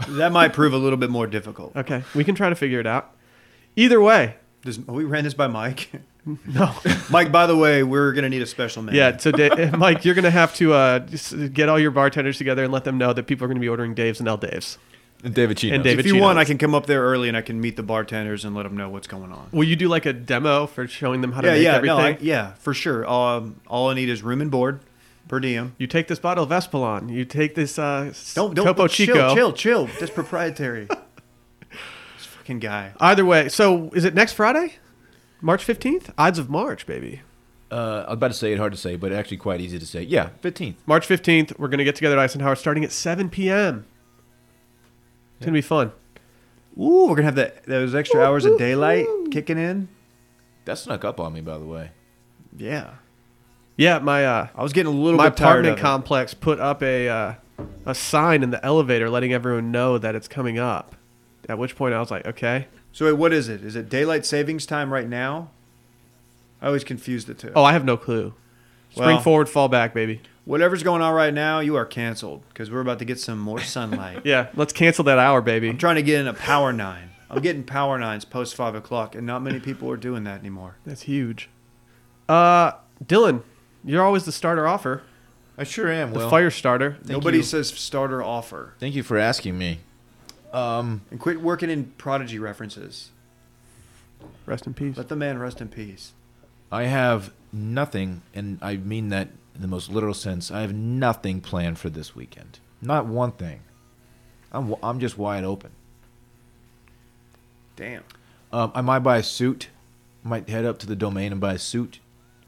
Speaker 2: That might prove a little bit more difficult.
Speaker 1: Okay, we can try to figure it out. Either way,
Speaker 2: Does, we ran this by Mike.
Speaker 1: no.
Speaker 2: Mike, by the way, we're gonna need a special man.
Speaker 1: Yeah, so da- eh, Mike, you're gonna have to uh, just get all your bartenders together and let them know that people are gonna be ordering Dave's and L. Dave's.
Speaker 3: And David Chino.
Speaker 1: And David-
Speaker 2: if you
Speaker 1: Chino.
Speaker 2: want, I can come up there early and I can meet the bartenders and let them know what's going on.
Speaker 1: Will you do like a demo for showing them how to
Speaker 2: Yeah,
Speaker 1: make
Speaker 2: yeah,
Speaker 1: everything?
Speaker 2: no, I, yeah, for sure. Um, all I need is room and board, per diem.
Speaker 1: You take this bottle of Espolon. You take this uh, s-
Speaker 2: Don't don't
Speaker 1: Topo
Speaker 2: chill,
Speaker 1: Chico.
Speaker 2: chill, chill. That's proprietary. this fucking guy.
Speaker 1: Either way, so is it next Friday, March fifteenth? Ides of March, baby.
Speaker 3: Uh, I was about to say it hard to say, but actually quite easy to say. Yeah, fifteenth.
Speaker 1: March fifteenth. We're gonna get together at Eisenhower, starting at seven p.m. It's gonna be fun.
Speaker 2: Ooh, we're gonna have that those extra hours of daylight kicking in.
Speaker 3: That snuck up on me, by the way.
Speaker 2: Yeah,
Speaker 1: Yeah, my uh,
Speaker 2: I was getting a little
Speaker 1: my
Speaker 2: bit tired
Speaker 1: apartment
Speaker 2: of it.
Speaker 1: complex put up a uh, a sign in the elevator letting everyone know that it's coming up. At which point I was like, okay.
Speaker 2: So wait, what is it? Is it daylight savings time right now? I always confuse the two.
Speaker 1: Oh, I have no clue. Spring
Speaker 2: Well-
Speaker 1: forward, fall back, baby.
Speaker 2: Whatever's going on right now, you are canceled because we're about to get some more sunlight.
Speaker 1: Yeah, let's cancel that hour,
Speaker 2: I'm
Speaker 1: baby.
Speaker 2: trying to get in a power nine. I'm getting power nines post five o'clock, and not many people are doing that anymore.
Speaker 1: That's huge. Uh, Dylan, you're always the starter offer,
Speaker 3: I sure am.
Speaker 1: the
Speaker 3: Will.
Speaker 1: fire starter.
Speaker 2: Nobody
Speaker 3: you.
Speaker 2: says starter offer.
Speaker 3: Thank you for asking me. Um,
Speaker 2: And quit working in prodigy references.
Speaker 1: Rest in peace.
Speaker 2: Let the man rest in peace.
Speaker 3: I have nothing, and I mean that in the most literal sense. I have nothing planned for this weekend. Not one thing. I'm w- I'm just wide open.
Speaker 2: Damn.
Speaker 3: Um, I might buy a suit. Might head up to the domain and buy a suit.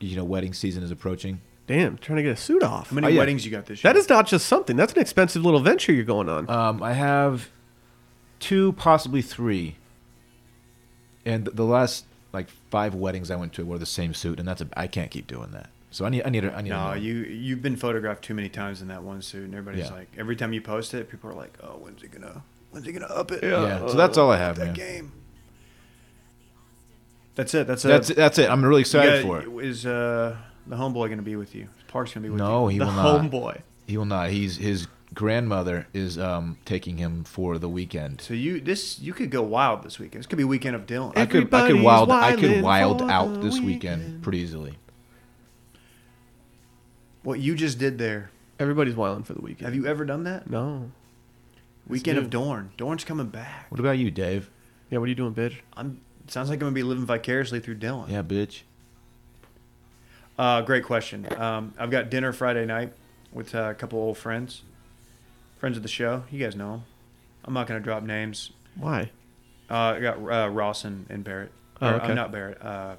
Speaker 3: You know, wedding season is approaching.
Speaker 1: Damn, trying to get a suit off.
Speaker 2: How many
Speaker 3: Oh, yeah.
Speaker 2: weddings you got this year?
Speaker 1: that is not just something. That's an expensive little venture you're going on.
Speaker 3: Um, I have two, possibly three. And th- the last like five weddings I went to wore the same suit, and that's a I can't keep doing that. So I need I need a, I need a
Speaker 2: No,
Speaker 3: new-
Speaker 2: you you've been photographed too many times in that one suit, and everybody's
Speaker 3: Yeah.
Speaker 2: like, every time you post it, people are like, "Oh, when's he gonna when's he gonna up it?"
Speaker 3: Yeah, so that's all I have,
Speaker 2: That
Speaker 3: man.
Speaker 2: game. That's it. That's it.
Speaker 3: That's it, that's it. I'm
Speaker 2: You
Speaker 3: really excited
Speaker 2: got-
Speaker 3: for it.
Speaker 2: Is uh, the homeboy gonna be with you? Is Parks gonna be with you?
Speaker 3: No, he
Speaker 2: the
Speaker 3: will not.
Speaker 2: homeboy.
Speaker 3: He will not. He's his grandmother is um taking him for the weekend.
Speaker 2: So you this you could go wild this weekend. This could be weekend of Dylan.
Speaker 3: I could I could
Speaker 1: Everybody's
Speaker 3: wild I could
Speaker 1: wildin'
Speaker 3: wild
Speaker 1: for
Speaker 3: out
Speaker 1: the
Speaker 3: this weekend
Speaker 1: weekend.
Speaker 3: pretty easily.
Speaker 2: what you just did there.
Speaker 1: Everybody's wilding for the weekend.
Speaker 2: Have you ever done that?
Speaker 1: No.
Speaker 2: Weekend
Speaker 1: new.
Speaker 2: of Dorn. Dorn's coming back.
Speaker 3: What about you, Dave?
Speaker 1: Yeah, what are you doing, bitch?
Speaker 2: I'm. Sounds like I'm gonna be living vicariously through Dylan.
Speaker 3: Yeah, bitch.
Speaker 2: Uh, great question. Um, I've got dinner Friday night with uh, a couple old friends, friends of the show. You guys know them. I'm not gonna drop names.
Speaker 1: Why?
Speaker 2: Uh, I got uh, Ross and, and Barrett.
Speaker 1: Oh,
Speaker 2: Or,
Speaker 1: okay.
Speaker 2: uh, not Barrett. Uh,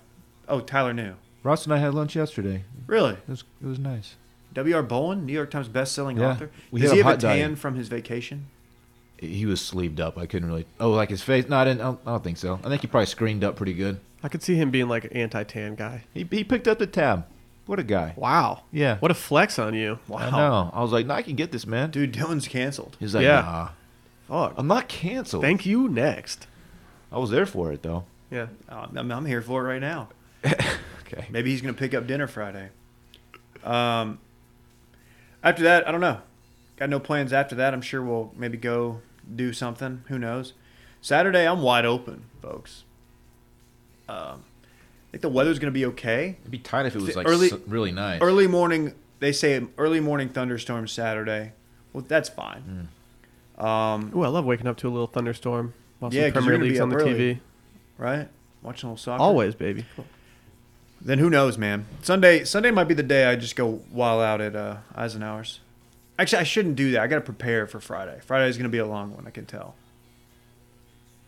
Speaker 2: oh, Tyler New.
Speaker 3: Ross and I had lunch yesterday.
Speaker 2: Really?
Speaker 3: It was it was nice.
Speaker 2: W.R. Bowen, New York Times best-selling
Speaker 3: Yeah.
Speaker 2: author.
Speaker 3: We
Speaker 2: Does
Speaker 3: hit
Speaker 2: he
Speaker 3: up
Speaker 2: have a
Speaker 3: Hot Diet.
Speaker 2: tan from his vacation?
Speaker 3: He was sleeved up. I couldn't really. Oh, like his face? No, I didn't. I don't, I don't think so. I think he probably screened up pretty good.
Speaker 1: I could see him being like an anti-tan guy.
Speaker 3: He he picked up the tab. What a guy.
Speaker 1: Wow.
Speaker 3: Yeah.
Speaker 1: What a flex on you.
Speaker 2: Wow.
Speaker 3: I know. I was like, no, I can get this, man.
Speaker 2: Dude, Dylan's canceled.
Speaker 3: He's like,
Speaker 1: Yeah.
Speaker 3: nah,
Speaker 1: Fuck.
Speaker 3: I'm not canceled.
Speaker 1: Thank you. Next.
Speaker 3: I was there for it though.
Speaker 1: Yeah.
Speaker 2: Uh, I'm, I'm here for it right now.
Speaker 3: Okay.
Speaker 2: Maybe he's gonna pick up dinner Friday. Um, after that, I don't know. Got no plans after that. I'm sure we'll maybe go do something. Who knows? Saturday, I'm wide open, folks. Um, I think the weather's gonna be okay.
Speaker 3: It'd be tight if it was like
Speaker 2: Early-
Speaker 3: s- really nice.
Speaker 2: Early morning, they say early morning thunderstorms Saturday. Well, that's fine. Um,
Speaker 1: Ooh, I love waking up to a little thunderstorm while
Speaker 2: Yeah,
Speaker 1: some
Speaker 2: 'cause
Speaker 1: Premier
Speaker 2: you're gonna be
Speaker 1: League's on the
Speaker 2: up early.
Speaker 1: TV.
Speaker 2: right? Watching a little soccer.
Speaker 1: Always, baby.
Speaker 2: Then who knows, man? Sunday Sunday might be the day I just go wild out at uh, Eisenhower's. Actually, I shouldn't do that. I got to prepare for Friday. Friday's going to be a long one. I can tell.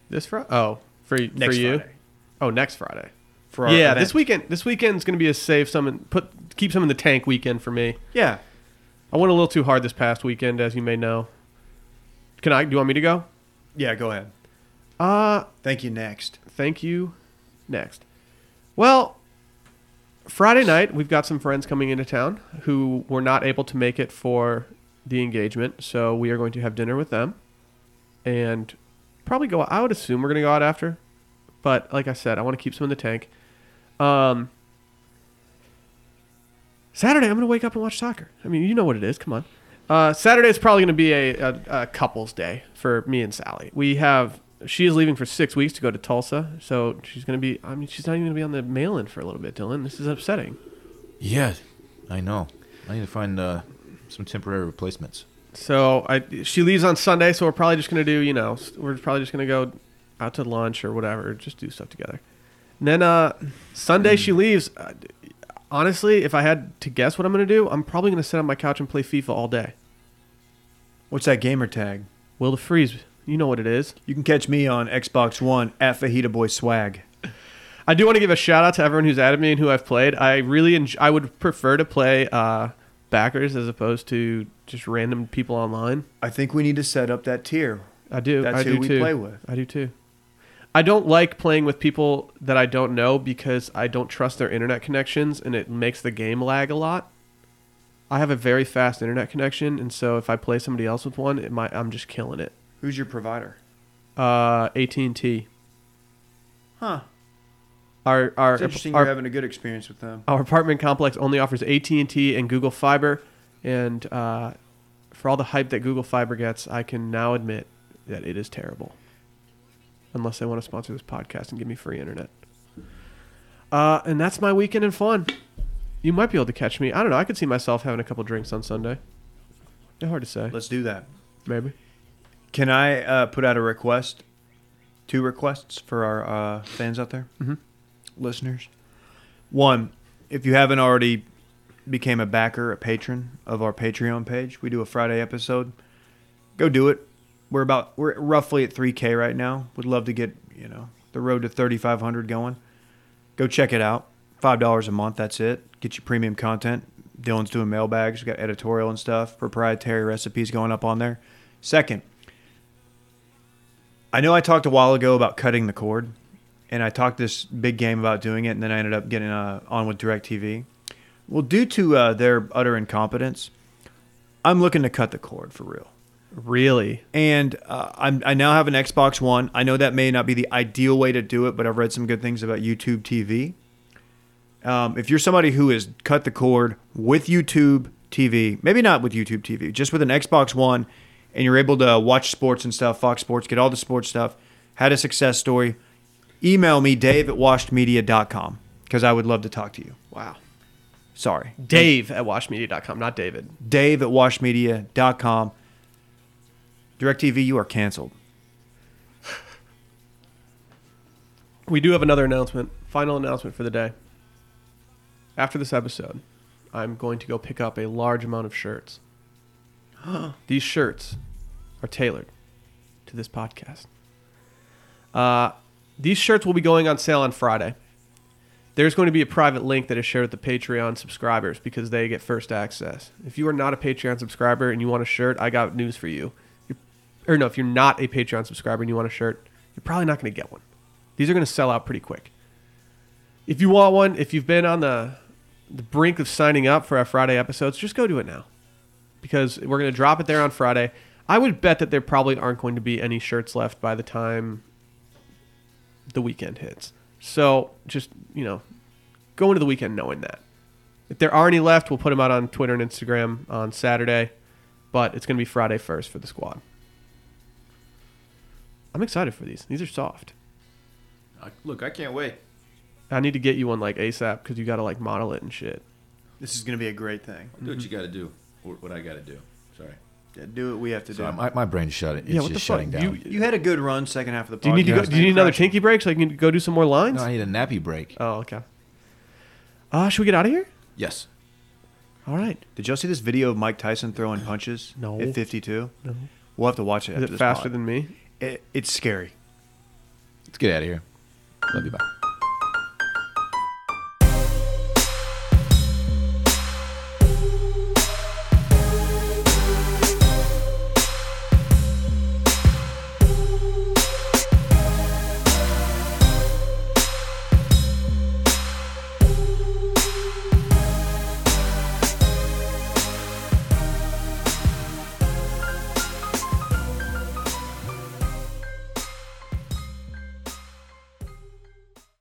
Speaker 1: This Friday? Oh, for,
Speaker 2: Next
Speaker 1: for you?
Speaker 2: Friday.
Speaker 1: Oh, next Friday.
Speaker 2: For our
Speaker 1: yeah,
Speaker 2: event.
Speaker 1: this weekend. This weekend's gonna be a save some and put keep some in the tank weekend for me.
Speaker 2: Yeah,
Speaker 1: I went a little too hard this past weekend, as you may know. Can I? Do you want me to go?
Speaker 2: yeah. Go ahead.
Speaker 1: Uh,
Speaker 2: Thank you. Next.
Speaker 1: thank you. Next. Well, Friday night we've got some friends coming into town who were not able to make it for the engagement, so we are going to have dinner with them, and probably go. I would assume we're gonna go out after, but like I said, I want to keep some in the tank. Um, Saturday I'm gonna wake up and watch soccer. I mean, you know what it is. Come on. Uh, Saturday is probably gonna be a, a, a couple's day for me and Sally. We have she is leaving for six weeks to go to Tulsa, so she's gonna be. I mean, she's not even gonna be on the mail in for a little bit, Dylan. This is upsetting.
Speaker 3: Yeah, I know. I need to find uh, some temporary replacements.
Speaker 1: So I she leaves on Sunday, so we're probably just gonna do you know s- we're probably just gonna go out to lunch or whatever, just do stuff together. And then uh, Sunday she leaves. Uh, d- honestly, if I had to guess what I'm gonna do, I'm probably gonna sit on my couch and play FIFA all day.
Speaker 2: What's that gamer tag?
Speaker 1: Will the freeze, you know what it is.
Speaker 2: You can catch me on Xbox One at Fajita Boy Swag.
Speaker 1: I do want to give a shout out to everyone who's added me and who I've played. I really enj- I would prefer to play uh, backers as opposed to just random people online.
Speaker 2: I think we need to set up that tier.
Speaker 1: I do.
Speaker 2: That's
Speaker 1: I
Speaker 2: who
Speaker 1: do
Speaker 2: we
Speaker 1: too.
Speaker 2: play with.
Speaker 1: I do too. I don't like playing with people that I don't know because I don't trust their internet connections and it makes the game lag a lot. I have a very fast internet connection, and so if I play somebody else with one, it might I'm just killing it.
Speaker 2: Who's your provider?
Speaker 1: Uh, AT and T.
Speaker 2: Huh?
Speaker 1: Our our
Speaker 2: It's interesting.
Speaker 1: our,
Speaker 2: you're having a good experience with them.
Speaker 1: our apartment complex only offers AT and T and Google Fiber, and uh, for all the hype that Google Fiber gets, I can now admit that it is terrible. Unless they want to sponsor this podcast and give me free internet. Uh, and that's my weekend in fun. You might be able to catch me. I don't know. I could see myself having a couple drinks on Sunday. Yeah, hard to say.
Speaker 2: Let's do that.
Speaker 1: Maybe.
Speaker 2: Can I uh, put out a request? Two requests for our uh, fans out there,
Speaker 1: Mhm.
Speaker 2: listeners. One, if you haven't already became a backer, a patron of our Patreon page, we do a Friday episode. Go do it. We're about we're roughly at 3K right now. Would love to get you know the road to 3,500 going. Go check it out. Five dollars a month. That's it. Get your premium content. Dylan's doing mailbags. We got editorial and stuff. Proprietary recipes going up on there. Second, I know I talked a while ago about cutting the cord, and I talked this big game about doing it, and then I ended up getting uh, on with DirecTV. Well, due to uh, their utter incompetence, I'm looking to cut the cord for real.
Speaker 1: Really?
Speaker 2: And uh, I'm, I now have an Xbox One. I know that may not be the ideal way to do it, but I've read some good things about YouTube TV. Um, if you're somebody who has cut the cord with YouTube TV, maybe not with YouTube TV, just with an Xbox One, and you're able to watch sports and stuff, Fox Sports, get all the sports stuff, had a success story, email me, dave at washedmedia.com, because I would love to talk to you.
Speaker 1: Wow.
Speaker 2: Sorry.
Speaker 1: Dave at washmedia.com, not David.
Speaker 2: Dave at washmedia.com. DirecTV, you are canceled.
Speaker 1: We do have another announcement, final announcement for the day. After this episode, I'm going to go pick up a large amount of shirts. These shirts are tailored to this podcast. Uh, these shirts will be going on sale on Friday. There's going to be a private link that is shared with the Patreon subscribers because they get first access. If you are not a Patreon subscriber and you want a shirt, I got news for you. You're, or no, if you're not a Patreon subscriber and you want a shirt, you're probably not going to get one. These are going to sell out pretty quick. If you want one, if you've been on the the brink of signing up for our Friday episodes, just go do it now because we're going to drop it there on Friday. I would bet that there probably aren't going to be any shirts left by the time the weekend hits. So just, you know, go into the weekend knowing that. If there are any left, we'll put them out on Twitter and Instagram on Saturday, but it's going to be Friday first for the squad. I'm excited for these. These are soft.
Speaker 3: I, look, I can't wait.
Speaker 1: I need to get you one like ASAP because you got to like model it and shit.
Speaker 2: This is going to be a great thing.
Speaker 3: Do
Speaker 1: Mm-hmm.
Speaker 3: what you got to do, or what I got to do. Sorry.
Speaker 2: Yeah, do what we have to
Speaker 3: So
Speaker 2: do.
Speaker 3: my, my brain shut it. It's
Speaker 1: yeah, what the
Speaker 3: just
Speaker 1: fuck?
Speaker 3: shutting
Speaker 1: Do
Speaker 3: down.
Speaker 1: You,
Speaker 2: You had a good run second half of the podcast.
Speaker 1: do you need to go? Do you need another
Speaker 2: Crushing.
Speaker 1: kinky break so I can go do some more lines?
Speaker 3: no, I need a nappy break.
Speaker 1: oh, okay. Uh, should we get out of here?
Speaker 3: yes.
Speaker 1: All right.
Speaker 2: Did y'all see this video of Mike Tyson throwing punches?
Speaker 1: No.
Speaker 2: At 52?
Speaker 1: No.
Speaker 2: We'll have to watch it.
Speaker 1: Is
Speaker 2: after
Speaker 1: it
Speaker 2: this
Speaker 1: faster
Speaker 2: pod.
Speaker 1: than me?
Speaker 2: It, it's scary.
Speaker 3: Let's get out of here. Love you. Bye.